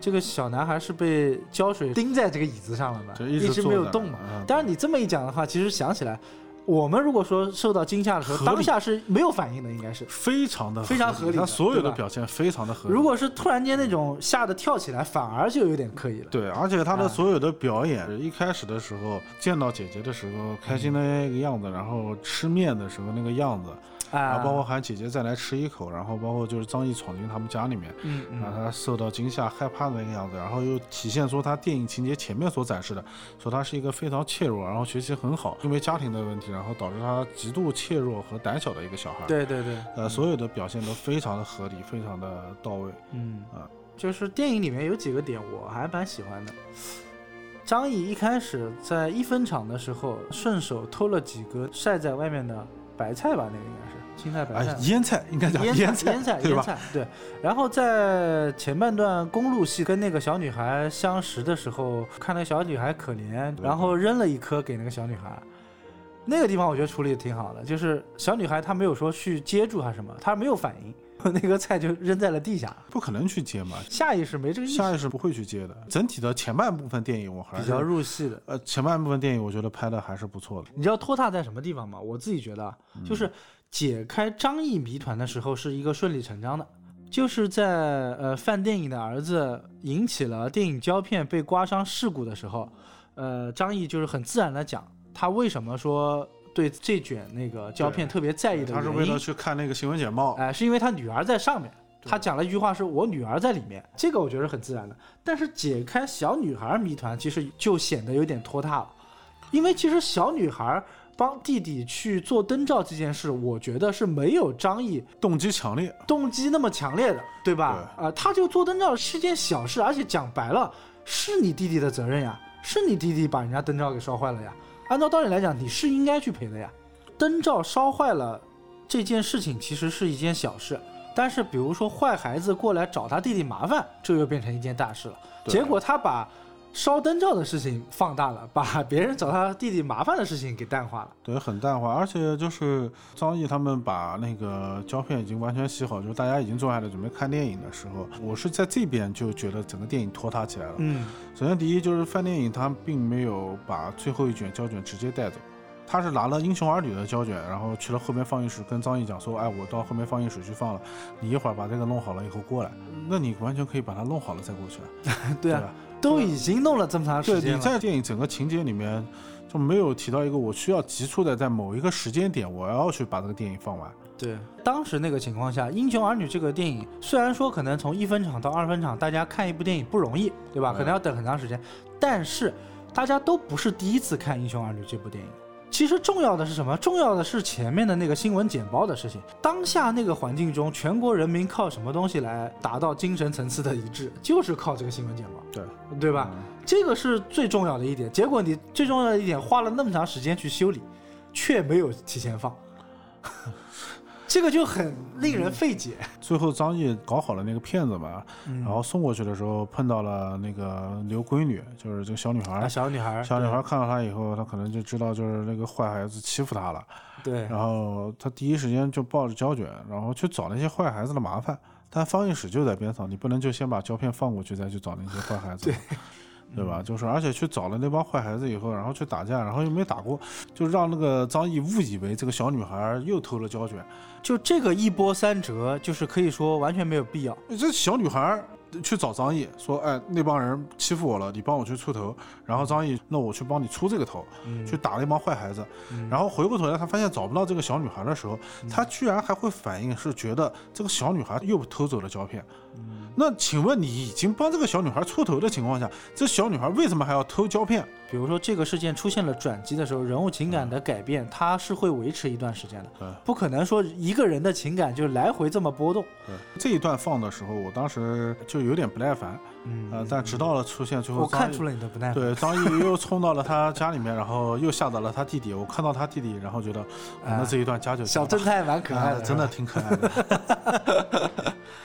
这个小男孩是被胶水钉在这个椅子上了嘛，
就
一
直
直没有动嘛。
嘛
但是你这么一讲的话，其实想起来，我们如果说受到惊吓的时候，
合理
当下是没有反应的，应该是。
非常的
非常合理的
他所有
对
的
吧
表现非常的合理。
如果是突然间那种吓得跳起来，反而就有点刻意了。
对，而且他
啊
的所有的表演，一开始的时候见到姐姐的时候开心的那个样子，然后吃面的时候那个样子，然
啊，
后包括喊姐姐再来吃一口，然后包括就是张译闯进他们家里面，
嗯
让
嗯，
他受到惊吓、害怕的那个样子，然后又体现出他电影情节前面所展示的，说他是一个非常怯弱，然后学习很好，因为家庭的问题，然后导致他极度怯弱和胆小的一个小孩。，
对对对，
呃，所有的表现都非常的合理，非常的到位。
嗯
啊，
就是电影里面有几个点我还蛮喜欢的。张译一开始在一分场的时候，顺手偷了几个晒在外面的白菜吧，那个应该是青菜白
哎
菜，。
腌菜应该讲
腌
菜，
腌菜，
对
腌
吧？
菜，对。然后在前半段公路戏跟那个小女孩相识的时候，看那小女孩可怜，然后扔了一颗给那个小女孩。那个地方我觉得处理的挺好的，就是小女孩她没有说去接住她什么，她没有反应， 那个菜就扔在了地下，
不可能去接嘛，
下意识没这个意识，
下意识不会去接的。整体的前半部分电影我还
比
是
较入戏的。
呃，前半部分电影我觉得拍的还是不错的。
你知道拖沓在什么地方吗？我自己觉得啊，就是解开张译谜团的时候是一个顺理成章的，就是在呃范电影的儿子引起了电影胶片被刮伤事故的时候，呃张译就是很自然的讲他为什么说对这卷那个胶片特别在意的
他是为
原因
了，去看那个新闻简报，
哎、是因为他女儿在上面。他讲了一句话是我女儿在里面，这个我觉得是很自然的。但是解开小女孩谜团，其实就显得有点拖沓了，因为其实小女孩帮弟弟去做灯罩这件事，我觉得是没有张译
动机强烈，
动机那么强烈的，对吧？啊、他就做灯罩是件小事，而且讲白了，是你弟弟的责任呀，是你弟弟把人家灯罩给烧坏了呀。按照道理来讲，你是应该去赔的呀。灯罩烧坏了这件事情其实是一件小事，但是比如说坏孩子过来找他弟弟麻烦，这又变成一件大事了。
对
结果他把烧灯罩的事情放大了，把别人找他弟弟麻烦的事情给淡化了。
对，很淡化，而且就是张译他们把那个胶片已经完全洗好，就是大家已经坐下来准备看电影的时候，我是在这边就觉得整个电影拖沓起来了。
嗯，
首先，第一就是范电影他并没有把最后一卷胶卷直接带走，他是拿了《英雄儿女》的胶卷，然后去了后面放映室跟张译讲说：“哎，我到后面放映室去放了，你一会儿把这个弄好了以后过来。”那你完全可以把它弄好了再过去啊，
对啊，
吧？
都已经弄了这么长时
对，
间
你
了。
在电影整个情节里面就没有提到一个我需要急促的在某一个时间点我要去把这个电影放完。
对，当时那个情况下，《英雄儿女》这个电影，虽然说可能从一分场到二分场，大家看一部电影不容易，对吧？
对
可能要等很长时间，但是大家都不是第一次看《英雄儿女》这部电影。其实重要的是什么？重要的是前面的那个新闻简报的事情。当下那个环境中，全国人民靠什么东西来达到精神层次的一致？就是靠这个新闻简报，
对，
对
对
吧？？这个是最重要的一点。结果你最重要的一点花了那么长时间去修理，却没有提前放， 这个就很令人费解。
最后张译搞好了那个片子嘛，
嗯
然后送过去的时候碰到了那个刘闺女，就是这个小女孩
啊，
儿。
小女孩，
小女孩儿看到他以后，她可能就知道就是那个坏孩子欺负她了，
对，对
然后她第一时间就抱着胶卷，然后去找那些坏孩子的麻烦。但放映室就在边上，你不能就先把胶片放过去再去找那些坏孩子嘛， 对吧？就是而且去找了那帮坏孩子以后，然后去打架，然后又没打过，就让那个张译误以为这个小女孩儿又偷了胶卷。
就这个一波三折，就是可以说完全没有必要。
这小女孩儿去找张译说：“哎，那帮人欺负我了，你帮我去出头。”然后张译，那我去帮你出这个头，
嗯
去打那帮坏孩子。
嗯
然后回过头来，他发现找不到这个小女孩的时候，他居然还会反应是觉得这个小女孩又偷走了胶片。
嗯
那请问你已经帮这个小女孩出头的情况下，这小女孩为什么还要偷胶片？
比如说这个事件出现了转机的时候，人物情感的改变，它是会维持一段时间的
对，
不可能说一个人的情感就来回这么波动。
这一段放的时候，我当时就有点不耐烦，
嗯
呃，但直到了出现最后，
我看出了你的不耐烦。
对，张 译又冲到了他家里面，然后又吓到了他弟弟。我看到他弟弟，然后觉得，啊那这一段加九
小正太蛮可爱的，
啊真的挺可爱的。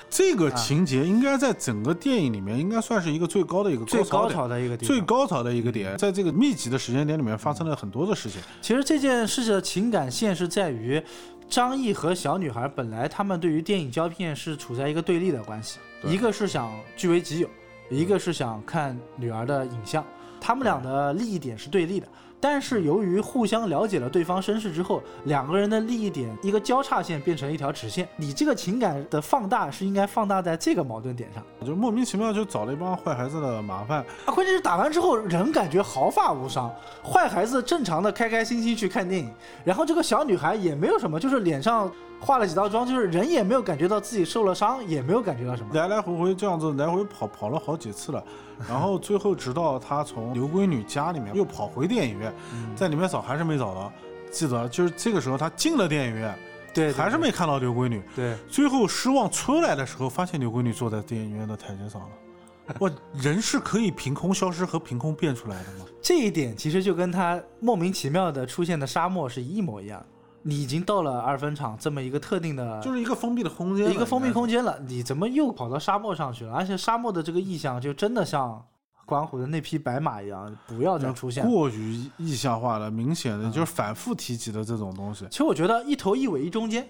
这
啊
个情节应该在整个电影里面，应该算是一个最高的一个
最
高
高
点。
潮的一个地方。嗯
最高潮的一个点，在这个密集的时间点里面发生了很多的事情，
其实这件事情的情感线是在于，张译和小女孩本来他们对于电影胶片是处在一个对立的关系，
对
一个是想据为己有，一个是想看女儿的影像，他们俩的利益点是对立的。但是由于互相了解了对方身世之后，两个人的利益点一个交叉线变成一条直线，你这个情感的放大是应该放大在这个矛盾点上。
就莫名其妙就找了一帮坏孩子的麻烦，
啊，关键是打完之后人感觉毫发无伤，坏孩子正常的开开心心去看电影，然后这个小女孩也没有什么，就是脸上化了几道妆，就是人也没有感觉到自己受了伤，也没有感觉到什么。
来来回回这样子来回跑跑了好几 次了，然后最后直到他从刘闺女家里面又
嗯
啊跑回电影院，在里面找还是没找到，记得就是这个时候他进了电影院，
对，对
还是没看到刘闺女。
对，
最后失望出来的时候，发现刘闺女坐在电影院的台阶 上了。哇，人是可以凭空消失和凭空变出来的 吗？
这一点其实就跟他莫名其妙的出现的沙漠是一模一样。你已经到了二分场这么一个特定的，
就是一个封闭的空间了，
一个封闭空间了，你怎么又跑到沙漠上去了？而且沙漠的这个意象就真的像关虎的那匹白马一样，不要再出现了。嗯
过于意象化了，明显的就是反复提及的这种东西。
其实我觉得一头一尾一中间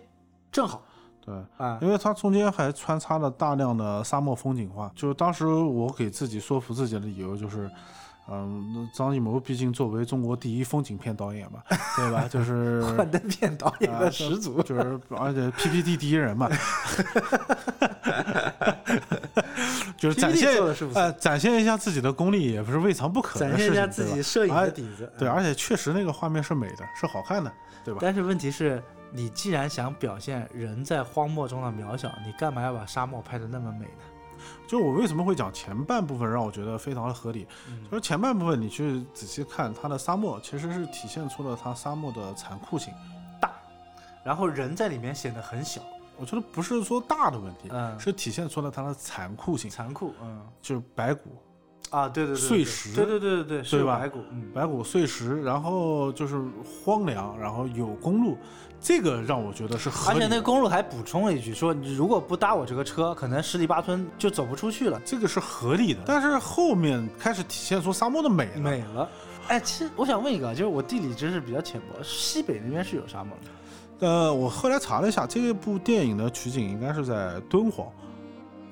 正好啊
对，因为它中间还穿插了大量的沙漠风景画。就是当时我给自己说服自己的理由就是。嗯，张艺谋毕竟作为中国第一风景片导演嘛，对 吧？就是
幻灯片导演的始祖。
就是而且 PPT 第一 人嘛，就是展
PPT
现
做得是不错
呃展现一下自己的功力也不是未尝不可的
展
事情，
现一下自己
对吧
摄影
哎
的底子，
对，
嗯
而且确实那个画面是美的，是好看的，对吧？
但是问题是，你既然想表现人在荒漠中的渺小，你干嘛要把沙漠拍的那么美呢？
就我为什么会讲前半部分让我觉得非常的合理，
嗯
就是前半部分你去仔细看它的沙漠，其实是体现出了它沙漠的残酷性。
然后人在里面显得很小，
我觉得不是说大的问题，
嗯，
是体现出了它的残酷性，
残酷，嗯，
就是白骨，
啊，对对对，对
碎石
对对对对对，是
对
有
吧
白骨，嗯，
白骨碎石，然后就是荒凉，然后有公路，这个让我觉得是合
而
理的。
且那公路还补充了一句，说你如果不搭我这个车，可能十里八村就走不出去了，
这个是合理的，但是后面开始体现出沙漠的美了。
美了。哎，其实我想问一个，就是我地理知识比较浅薄，西北那边是有沙漠的，
呃，我后来查了一下，这部电影的取景应该是在敦煌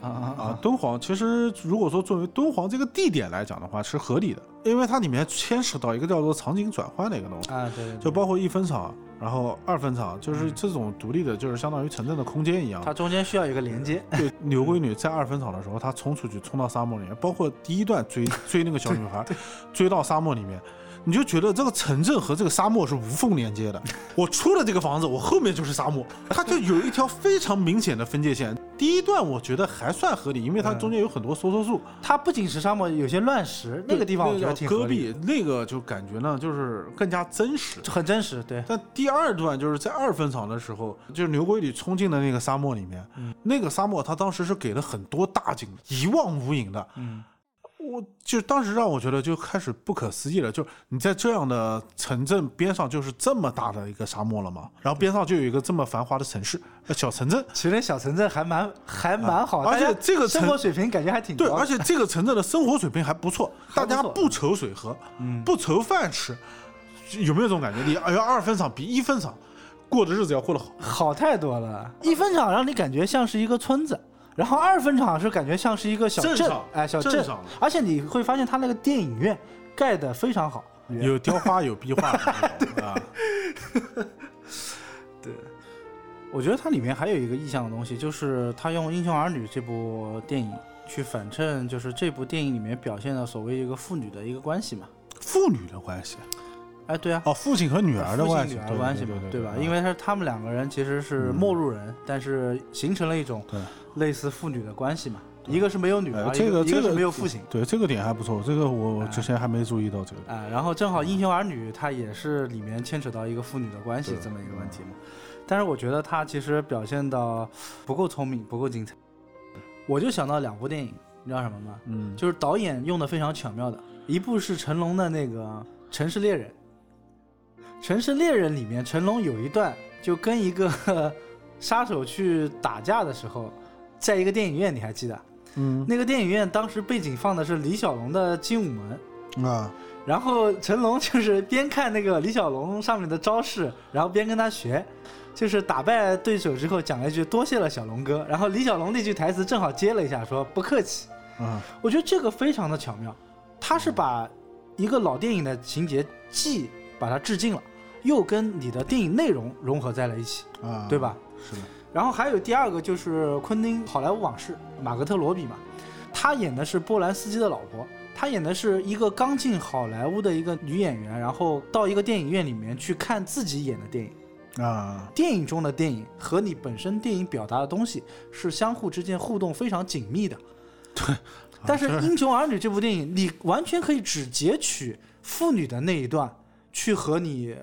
啊
啊。！敦煌其实如果说作为敦煌这个地点来讲的话，是合理的，因为它里面牵扯到一个叫做场景转换的一个东西，
啊，对对对，
就包括一分场，然后二分场，就是这种独立的，就是相当于城镇的空间一样。
它中间需要一个连 接，
对，刘闺女在二分场的时候，她冲出去，冲到沙漠里面，包括第一段 追追那个小女孩，追到沙漠里面，你就觉得这个城镇和这个沙漠是无缝连接的。我出了这个房子，我后面就是沙漠，它就有一条非常明显的分界线。第一段我觉得还算合理，因为它
嗯
中间有很多收缩树，
它不仅是沙漠，有些乱石，那个地方我觉得挺
戈
合理的
壁，嗯那个就感觉呢就是更加真实。
很真实，对，
但第二段就是在二分场的时候，就是牛龟里冲进的那个沙漠里面，
嗯
那个沙漠他当时是给了很多大景的，一望无垠的，
嗯，
我就当时让我觉得就开始不可思议了，就你在这样的城镇边上就是这么大的一个沙漠了吗？然后边上就有一个这么繁华的城市，呃小城镇。
其实小城镇还蛮还蛮好，
啊而且
大家
这个城
生活水平感觉还挺
对，
高
而
的，
且这个城镇的生活水平还不错，大
还不错
家不愁水喝，
嗯
不愁饭吃，有没有这种感觉？你哎呀，二分场比一分场过的日子要过得好。
好太多了。一分场让你感觉像是一个村子，然后二分场是感觉像是一个小
镇
镇
上，
哎，小
镇上的
而且你会发现它那个电影院盖的非常好，
有雕花有壁画的 那种啊，
我觉得它里面还有一个意象的东西，就是它用《英雄儿女》这部电影去反衬，就是这部电影里面表现的所谓一个父女的一个关系嘛。
父女的关系
哎，对啊，
哦，父亲和女儿的
父
关
亲女
系，
儿
对
关系嘛
对，对
对吧？因
为
为他他们两个人其实是陌路人，但是形成了一种
嗯对
类似父女的关系嘛。一个是没有女儿，
呃
一
这个
一个
这
是
个
没有父亲
对这个点还不错，这个我我之前还没注意到这个。
啊。然后正
嗯
好《英雄儿女》它也是里面牵扯到一个父女的关系
对嗯
这么一个问题嘛。但是我觉得他其实表现的不够聪明，不够精彩。我就想到两部电影，你知道什么吗？
嗯，
就是导演用的非常巧妙的，一部是成龙的那个《城市猎人》，《城市猎人》里面成龙有一段就跟一个 杀手去打架的时候，在一个电影院，你还记得？
嗯
那个电影院当时背景放的是李小龙的《精武门》。
啊，
然后成龙就是边看那个李小龙上面的招式，然后边跟他学，就是打败对手之后讲了一句“多谢了小龙哥”，然后李小龙那句台词正好接了一下，说“不客气”。
嗯，
我觉得这个非常的巧妙，他是把一个老电影的情节既把它致敬了，又跟你的电影内容融合在了一起，
啊，
对吧？？
是的，
然后还有第二个就是昆汀《好莱坞往事》，马格特罗比嘛，她演的是波兰斯基的老婆，她演的是一个刚进好莱坞的一个女演员，然后到一个电影院里面去看自己演的电影。
啊，
电影中的电影和你本身电影表达的东西是相互之间互动非常紧密的。对，但啊是
啊
《
是
英雄儿女》这部电影，你完全可以只截取父女的那一段去和你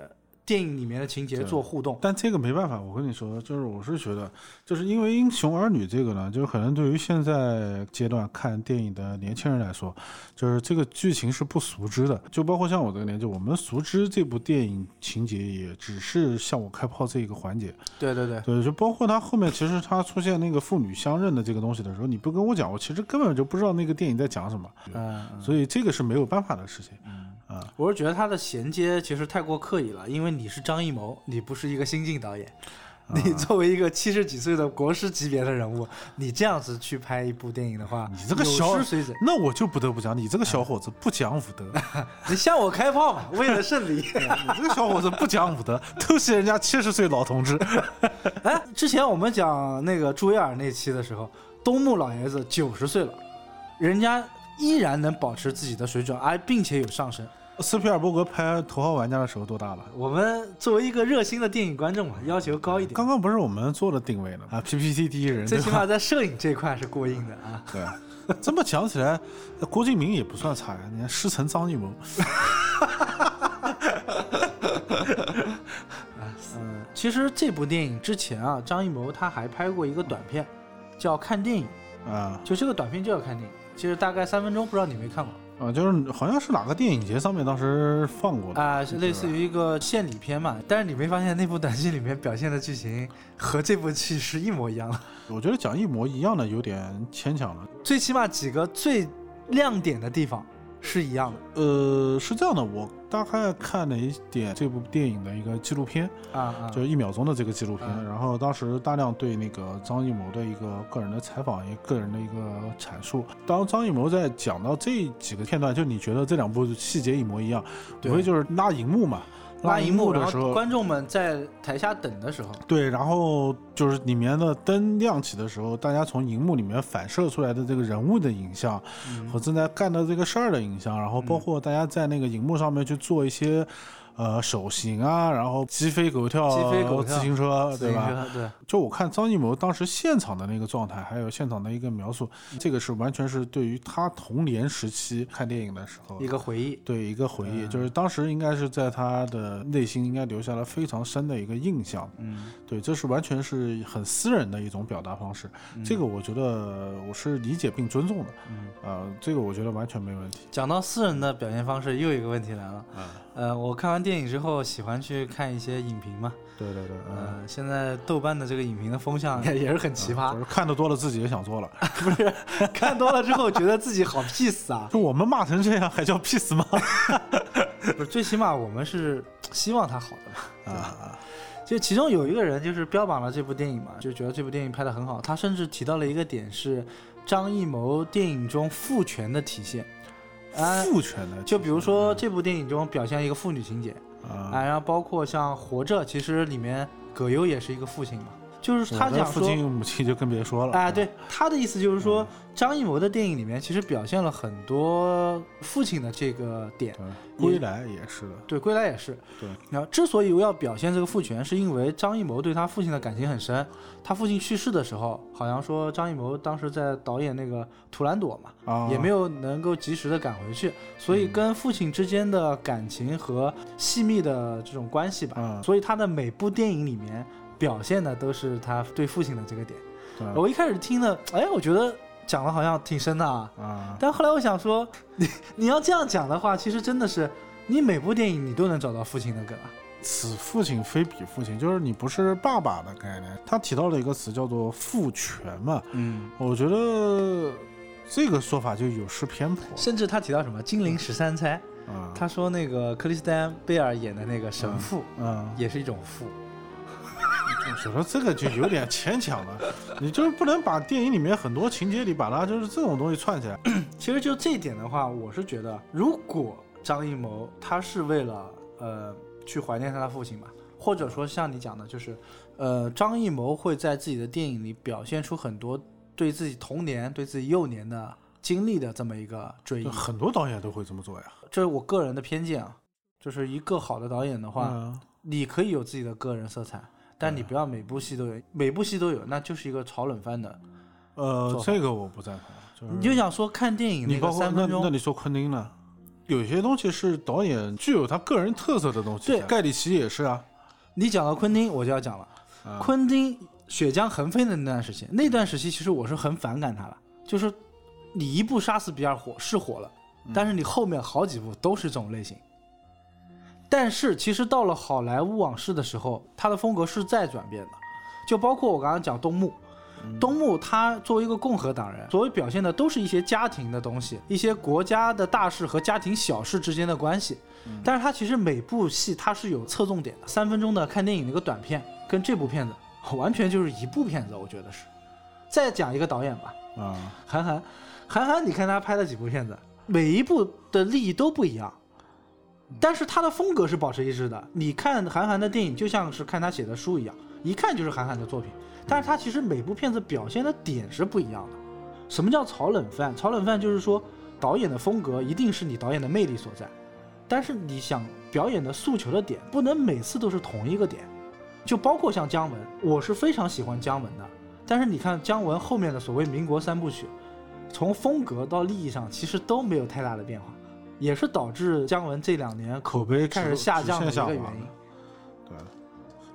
电影里面的情节
对
做互动。
但这个没办法，我跟你说，就是我是觉得，就是因为《英雄儿女》这个呢，就是可能对于现在阶段看电影的年轻人来说，就是这个剧情是不熟知的。就包括像我这个年纪，我们熟知这部电影情节，也只是向我开炮这一个环节。
对对对，
对，就包括他后面，其实他出现那个父女相认的这个东西的时候，你不跟我讲，我其实根本就不知道那个电影在讲什么，
嗯，
所以这个是没有办法的事情。
我是觉得他的衔接其实太过刻意了，因为你是张艺谋，你不是一个新晋导演，
啊
你作为一个七十几岁的国师级别的人物，你这样子去拍一部电影的话，
你这个
嗯有
小
失水准，
那我就不得不讲，你这个小伙子不讲武德。
你向我开炮嘛，为了胜 利。
你这个小伙子不讲武德，都是人家七十岁老同志。
哎，之前我们讲那个朱亚尔那期的时候，东木老爷子九十岁了，人家依然能保持自己的水准，而并且有上升。
斯皮尔伯格拍《头号玩家》的时候多大了？
我们作为一个热心的电影观众嘛，要求高一点，
刚刚不是我们做了定位了吗啊？PPT 第一人，
最
对
起
吧？
码在摄影这块是过硬的啊。
对。 这么讲起来，呃郭敬明也不算差呀。你看师承张艺谋，
嗯，其实这部电影之前啊，张艺谋他还拍过一个短片，叫《看电影》，
啊
就这个短片就叫《看电影》，其实大概三分钟，不知道你没看过
啊，就是好像是哪个电影节上面当时放过的
啊、是类似于一个献礼片嘛。但是你没发现那部短剧里面表现的剧情和这部剧是一模一样的，
我觉得讲一模一样的有点牵强了。
最起码几个最亮点的地方是一样
呃，是这样的，我大概看了一点这部电影的一个纪录片，
的啊啊
就是一秒钟的这个纪录片，
嗯
然后当时大量对那个张艺谋的一个个人的采访，也个人的一个阐述。当张艺谋在讲到这几个片段，就你觉得这两部细节一模一样，
对
无非就是拉荧幕嘛，拉
荧
荧
幕
的时
然后
候，
观众们在台下等的时候，
对，然后就是里面的灯亮起的时候，大家从荧幕里面反射出来的这个人物的影像，
嗯
和正在干的这个事儿的影像，然后包括大家在那个荧幕上面去做一些，呃，手型啊，然后鸡飞狗跳，
鸡飞狗跳
自行车，
自
对
行
吧？
车对，
就我看张艺谋当时现场的那个状态，还有现场的一个描述，这个是完全是对于他童年时期看电影的时候
一。个回忆。
对一个回忆，
嗯
就是当时应该是在他的内心应该留下了非常深的一个印象。
嗯，
对，这是完全是很私人的一种表达方式，这个我觉得我是理解并尊重的。
嗯
呃，这个我觉得完全没问题。
讲到私人的表现方式，又有一个问题来了。
嗯，
呃，我看完电影之后，喜欢去看一些影评嘛。
对对对，嗯，
呃，现在豆瓣的这个影评的风向 也是很奇葩
就，是看的多了，自己也想做了。
看多了之后觉得自己好 peace 啊。
就我们骂成这样，还叫 peace 吗？
不是，最起码我们是希望它好的嘛。
啊，
就其中有一个人就是标榜了这部电影嘛，就觉得这部电影拍得很好。他甚至提到了一个点是张艺谋电影中父权的体现。啊、
父权的，
就比如说这部电影中表现一个妇女情节，
啊，
啊，然后包括像《活着》，其实里面葛优也是一个父亲嘛，就是他
我的
讲
父
说，
亲母亲就更别说了
啊，对，他的意思就是
嗯
说，张艺谋的电影里面其实表现了很多父亲的这个点，
对啊归来也是的，
对，归来也是。
对，
然后之所以要表现这个父权，是因为张艺谋对他父亲的感情很深。他父亲去世的时候，好像说张艺谋当时在导演那个《图兰朵》嘛，
啊，嗯
也没有能够及时的赶回去，所以跟父亲之间的感情和细密的这种关系吧，
嗯
所以他的每部电影里面表现的都是他对父亲的这个点。
对
我一开始听的，哎，我觉得讲的好像挺深的啊，
啊，
但后来我想说， 你你要这样讲的话，其实真的是你每部电影你都能找到父亲的梗啊。
此父亲非彼父亲，就是你不是爸爸的概念。他提到了一个词叫做父权嘛，
嗯，
我觉得这个说法就有失偏颇
甚至他提到什么《金陵十三钗》，
啊。
他说那个克里斯丹贝尔演的那个神父、
嗯，
也是一种父。
我说这个就有点牵强了，你就是不能把电影里面很多情节里把它就是这种东西串起来。
其实就这一点的话，我是觉得，如果张艺谋他是为了呃去怀念他的父亲吧，或者说像你讲的，就是呃张艺谋会在自己的电影里表现出很多对自己童年、对自己幼年的经历的这么一个追忆
就，很多导演都会这么做呀。
这是我个人的偏见啊。就是一个好的导演的话，
嗯，
你可以有自己的个人色彩，但你不要每部戏都有，每部戏都有，那就是一个炒冷饭的。
呃
做，法
这个我不赞同。
你
就
就是想说看电影
嗯你
那
包
个
括
三
那
分
那
钟，
你说昆汀呢？有些东西是导演具有他个人特色的东西。
对
盖里奇也是啊，
你讲到昆汀，我就要讲了。
啊
昆汀血浆横飞的那段时期，那段时期其实我是很反感他的，就是你一部杀死比尔火是火了，但是你后面好几部都是这种类型。但是其实到了好莱坞往事的时候，他的风格是在转变的，就包括我刚刚讲东木。东木他作为一个共和党人，所表现的都是一些家庭的东西，一些国家的大事和家庭小事之间的关系。但是他其实每部戏他是有侧重点的，三分钟的看电影的一个短片，跟这部片子 完全就是一部片子，我觉得是。再讲一个导演吧，
啊，
韩寒，韩寒，你看他拍了几部片子，每一部的利益都不一样，但是他的风格是保持一致的。你看韩寒的电影，就像是看他写的书一样，一看就是韩寒的作品。但是他其实每部片子表现的点是不一样的。什么叫炒冷饭？炒冷饭就是说，导演的风格一定是你导演的魅力所在，但是你想表演的诉求的点，不能每次都是同一个点。就包括像姜文，我是非常喜欢姜文的，但是你看姜文后面的所谓民国三部曲，从风格到利益上其实都没有太大的变化，也是导致姜文这两年口
口碑
开
直
始下降的一
直线
个
下
原
滑
因。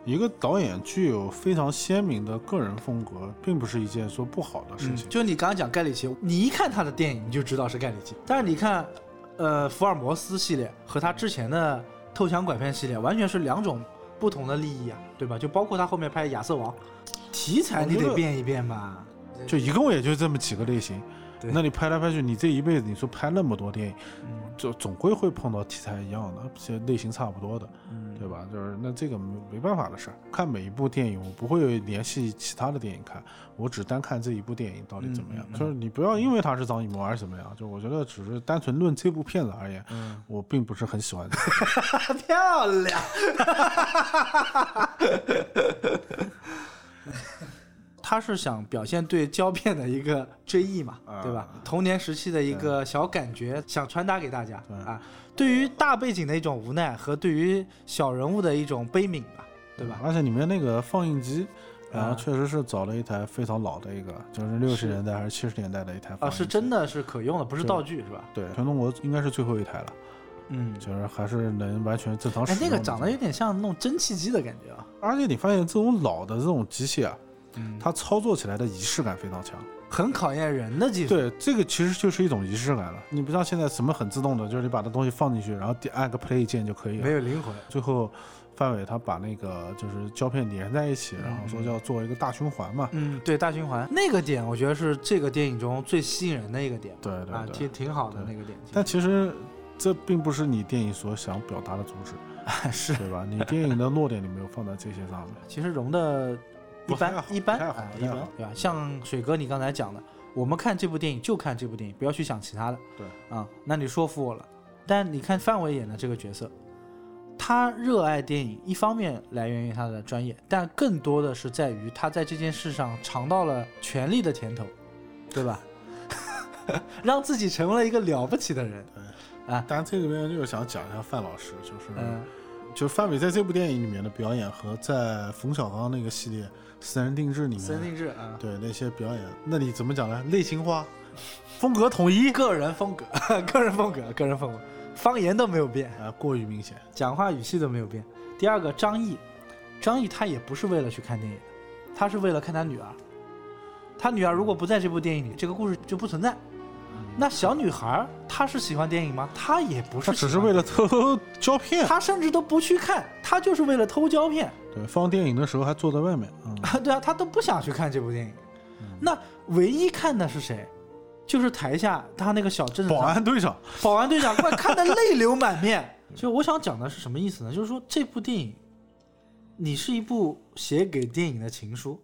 一个导演具有非常鲜明的个人风格，并不是一件说不好的事
嗯
情。
就你刚刚讲盖里奇，你一看他的电影你就知道是盖里奇，但是你看，呃，福尔摩斯系列和他之前的偷抢拐骗系列完全是两种不同的利益啊，对吧？就包括他后面拍亚瑟王，题材你
我觉
得
得
变一变吧。
就一共也就这么几个类型，
对
那你拍来拍去，你这一辈子你说拍那么多电影，
嗯
就总归会碰到题材一样的、些类型差不多的，
嗯
对吧？就是那这个没没办法的事儿。看每一部电影，我不会联系其他的电影看，我只单看这一部电影到底怎么样。
嗯嗯嗯
就是你不要因为它是张艺谋而是怎么样，就我觉得只是单纯论这部片子而言，
嗯，
我并不是很喜欢。
漂 亮。他是想表现对胶片的一个追忆嘛，
啊
对吧？童年时期的一个小感觉，想传达给大家啊。对于大背景的一种无奈和对于小人物的一种悲悯吧， 对吧？
而且里面那个放映机，然后
啊
确实是找了一台非常老的一个，就是六十
是
年代还是七十年代的一台放
啊，
映
是
机
真。的是可用的，不是
对
道具是吧？
对，全中国应该是最后一台了，
嗯，
就是还是能完全正常使
哎
用，的。
那个长得有点像那种蒸汽机的感觉啊。
而且你发现这种老的这种机器啊，
嗯，
它操作起来的仪式感非常强。
很考验人的技术。
对，这个其实就是一种仪式感了。你不像现在什么很自动的，就是你把它东西放进去，然后点按个 play 键就可以
没
了。
有灵魂。
最后，范伟他把那个就是胶片连在一起，然后说要做一个大循环嘛。
嗯，对，大循环那个点，我觉得是这个电影中最吸引人的一个点
对对
啊，
对。
挺挺好的
对
那个点。
但其实这并不是你电影所想表达的主旨，
但啊是，
对吧？你电影的落点你没有放在这些 上面。
其实融的一
不太
般
好
一般
不太好
啊，
不
一
太
般
好
对吧？像水哥你刚才讲的，我们看这部电影就看这部电影，不要去想其他的。
对
啊，那你说服我了。但你看范伟演的这个角色，他热爱电影，一方面来源于他的专业，但更多的是在于他在这件事上尝到了权力的甜头，对吧？ 让自己成为了一个了不起的人。
但这里面就是想讲一下范老师，就是、
嗯，
就范伟在这部电影里面的表演和在冯小刚那个系列《私人定制》里
森
面
定制啊，
对那些表演，那你怎么讲呢？类型化，风格统一，
个人风格， 个人风格，个人风格，方言都没有变，
啊，过于明显。
讲话语气都没有变。第二个，张译，张译他也不是为了去看电影，他是为了看他女儿。他女儿如果不在这部电影里，这个故事就不存在。
嗯
那小女孩儿她是喜欢电影吗？她也不是喜
他
欢，
只是为了偷 胶片，
她甚至都不去看，她就是为了偷胶片。
对，放电影的时候还坐在外面，嗯，
啊， 对啊，他都不想去看这部电影。那唯一看的是谁？就是台下他那个小镇
保
上
安队长，
保安队长快看得泪流满 面。就我想讲的是什么意思呢？就是说这部电影，你是一部写给电影的情书，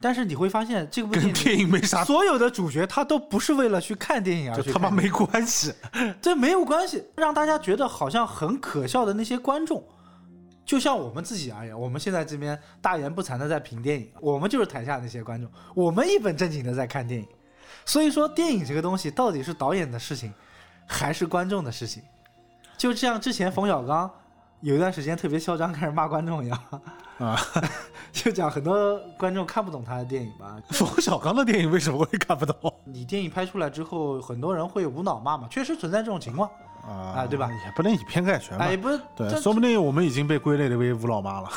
但是你会发现这部电
跟
影
电影没啥，
所有的主角他都不是为了去看电影而
就
去
他妈
看
没关 系。
这没有关系，让大家觉得好像很可笑的那些观众，就像我们自己而言，我们现在这边大言不惭的在评电影，我们就是台下那些观众，我们一本正经的在看电影。所以说，电影这个东西到底是导演的事情，还是观众的事情？就像之前冯小刚有一段时间特别嚣张，开始骂观众一样，
啊，
就讲很多观众看不懂他的电影吧，
冯小刚的电影为什么会看不懂？
你电影拍出来之后，很多人会无脑骂嘛，确实存在这种情况。
啊
对吧？
也不能以偏概全吧。
哎，不是，
对，
这
说不定我们已经被归类为吴老妈了。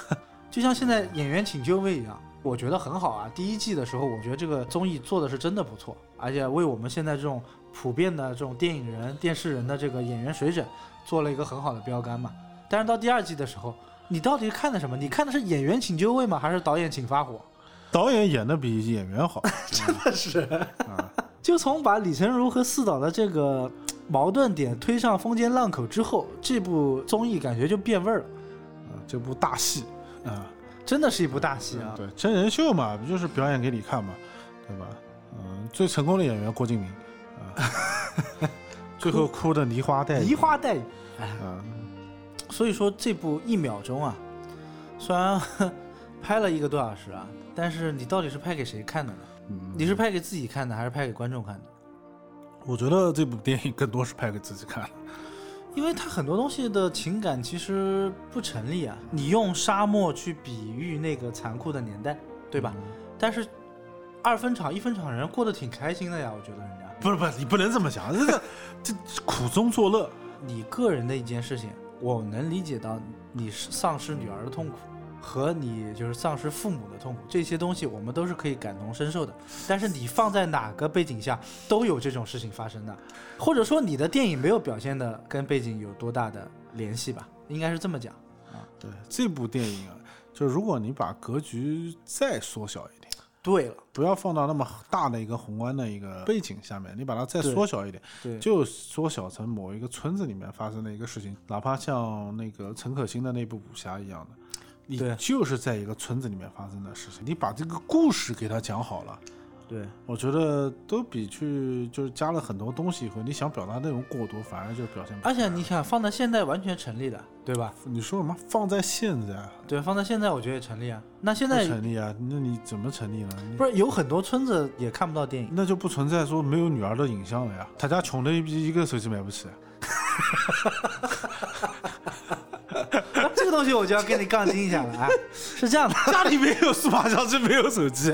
就像现在演员请就位一样，我觉得很好啊。第一季的时候，我觉得这个综艺做的是真的不错，而且为我们现在这种普遍的这种电影人、电视人的这个演员水准做了一个很好的标杆嘛。但是到第二季的时候，你到底看的什么？你看的是演员请就位吗？还是导演请发火？
导演演的比演员 好，
真的是，
啊
嗯就从把李成儒和四岛的这个矛盾点推上风尖浪口之后，这部综艺感觉就变味儿了，
嗯这部大戏啊，
真的是一部大戏啊。
对，真人秀嘛，不就是表演给你看嘛，对吧？嗯，最成功的演员郭敬明啊， 最后哭的梨花带
梨
雨
花带雨。
啊，
所以说这部一秒钟啊，虽然拍了一个多小时啊，但是你到底是拍给谁看的呢？
嗯
你是拍给自己看的，还是拍给观众看的？
我觉得这部电影更多是拍给自己看的。
因为它很多东西的情感其实不成立啊。你用沙漠去比喻那个残酷的年代，对
嗯
吧？但是二分场、一分场人过得挺开心的呀，我觉得人家。
不是不是，你不能这么想，这个这苦中作乐，
你个人的一件事情，我能理解到你是丧失女儿的痛苦和你就是丧失父母的痛苦，这些东西我们都是可以感同身受的。但是你放在哪个背景下都有这种事情发生的，或者说你的电影没有表现的跟背景有多大的联系吧，应该是这么讲。
对这部电影啊，就如果你把格局再缩小一点，
对了，
不要放到那么大的一个宏观的一个背景下面，你把它再
对
缩小一点，
对就
就缩小成某一个村子里面发生的一个事情，哪怕像那个陈可辛的那部武侠一样的，你
对
就是在一个村子里面发生的事情，你把这个故事给它讲好了，
对，
我觉得都比去就是加了很多东西以后，你想表达内容过多，反而就表现不出
而
来。
且你想放在现在完全成立的，对吧？
你说什么放在现在，啊
对，放在现在我觉得也成立啊。那现
不
在
成立啊？那你怎么成立呢？你
不是有很多村子也看不到电影。
那就不存在说没有女儿的影像了呀。他家穷的一逼，一个手机买不起。
这个东西我就要跟你杠精一下了啊！是这样的，
家里没有数码相机，没有手机。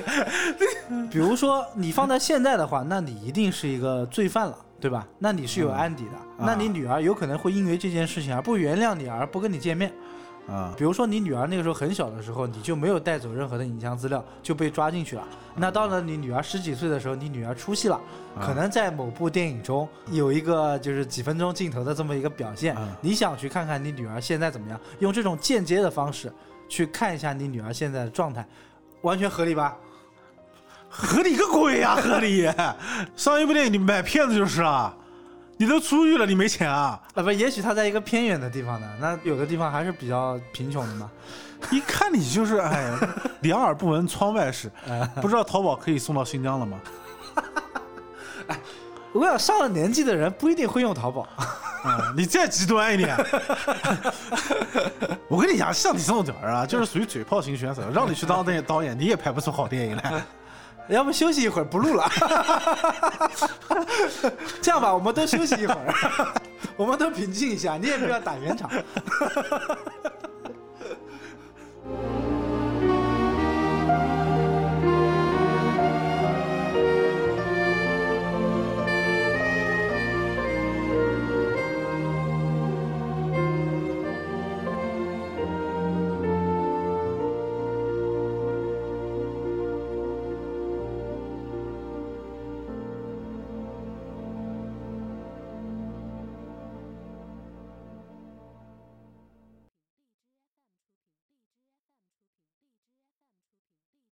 比如说你放在现在的话，那你一定是一个罪犯了，对吧？那你是有案底的，那你女儿有可能会因为这件事情而不原谅你，而不跟你见面。
啊、
比如说你女儿那个时候很小的时候，你就没有带走任何的影像资料，就被抓进去了。那到了你女儿十几岁的时候，你女儿出戏了，可能在某部电影中有一个就是几分钟镜头的这么一个表现
嗯，
你想去看看你女儿现在怎么样，用这种间接的方式去看一下你女儿现在的状态，完全合理吧？
合理个鬼呀、合理！上一部电影你买片子就是啊，你都出狱了，你没钱啊？
啊，不，也许她在一个偏远的地方呢，那有的地方还是比较贫穷的嘛。
一看你就是哎呀，两耳不闻窗外事。不知道淘宝可以送到新疆了吗？
我想上了年纪的人不一定会用淘宝，
啊、你再极端一点， 我跟你讲，像你这种人啊，就是属于嘴炮型选手，让你去当那导演，你也拍不出好电影来。
要不休息一会儿不录了。 这样吧，我们 都休息一会儿，我们都平静一下，你也不要打圆场。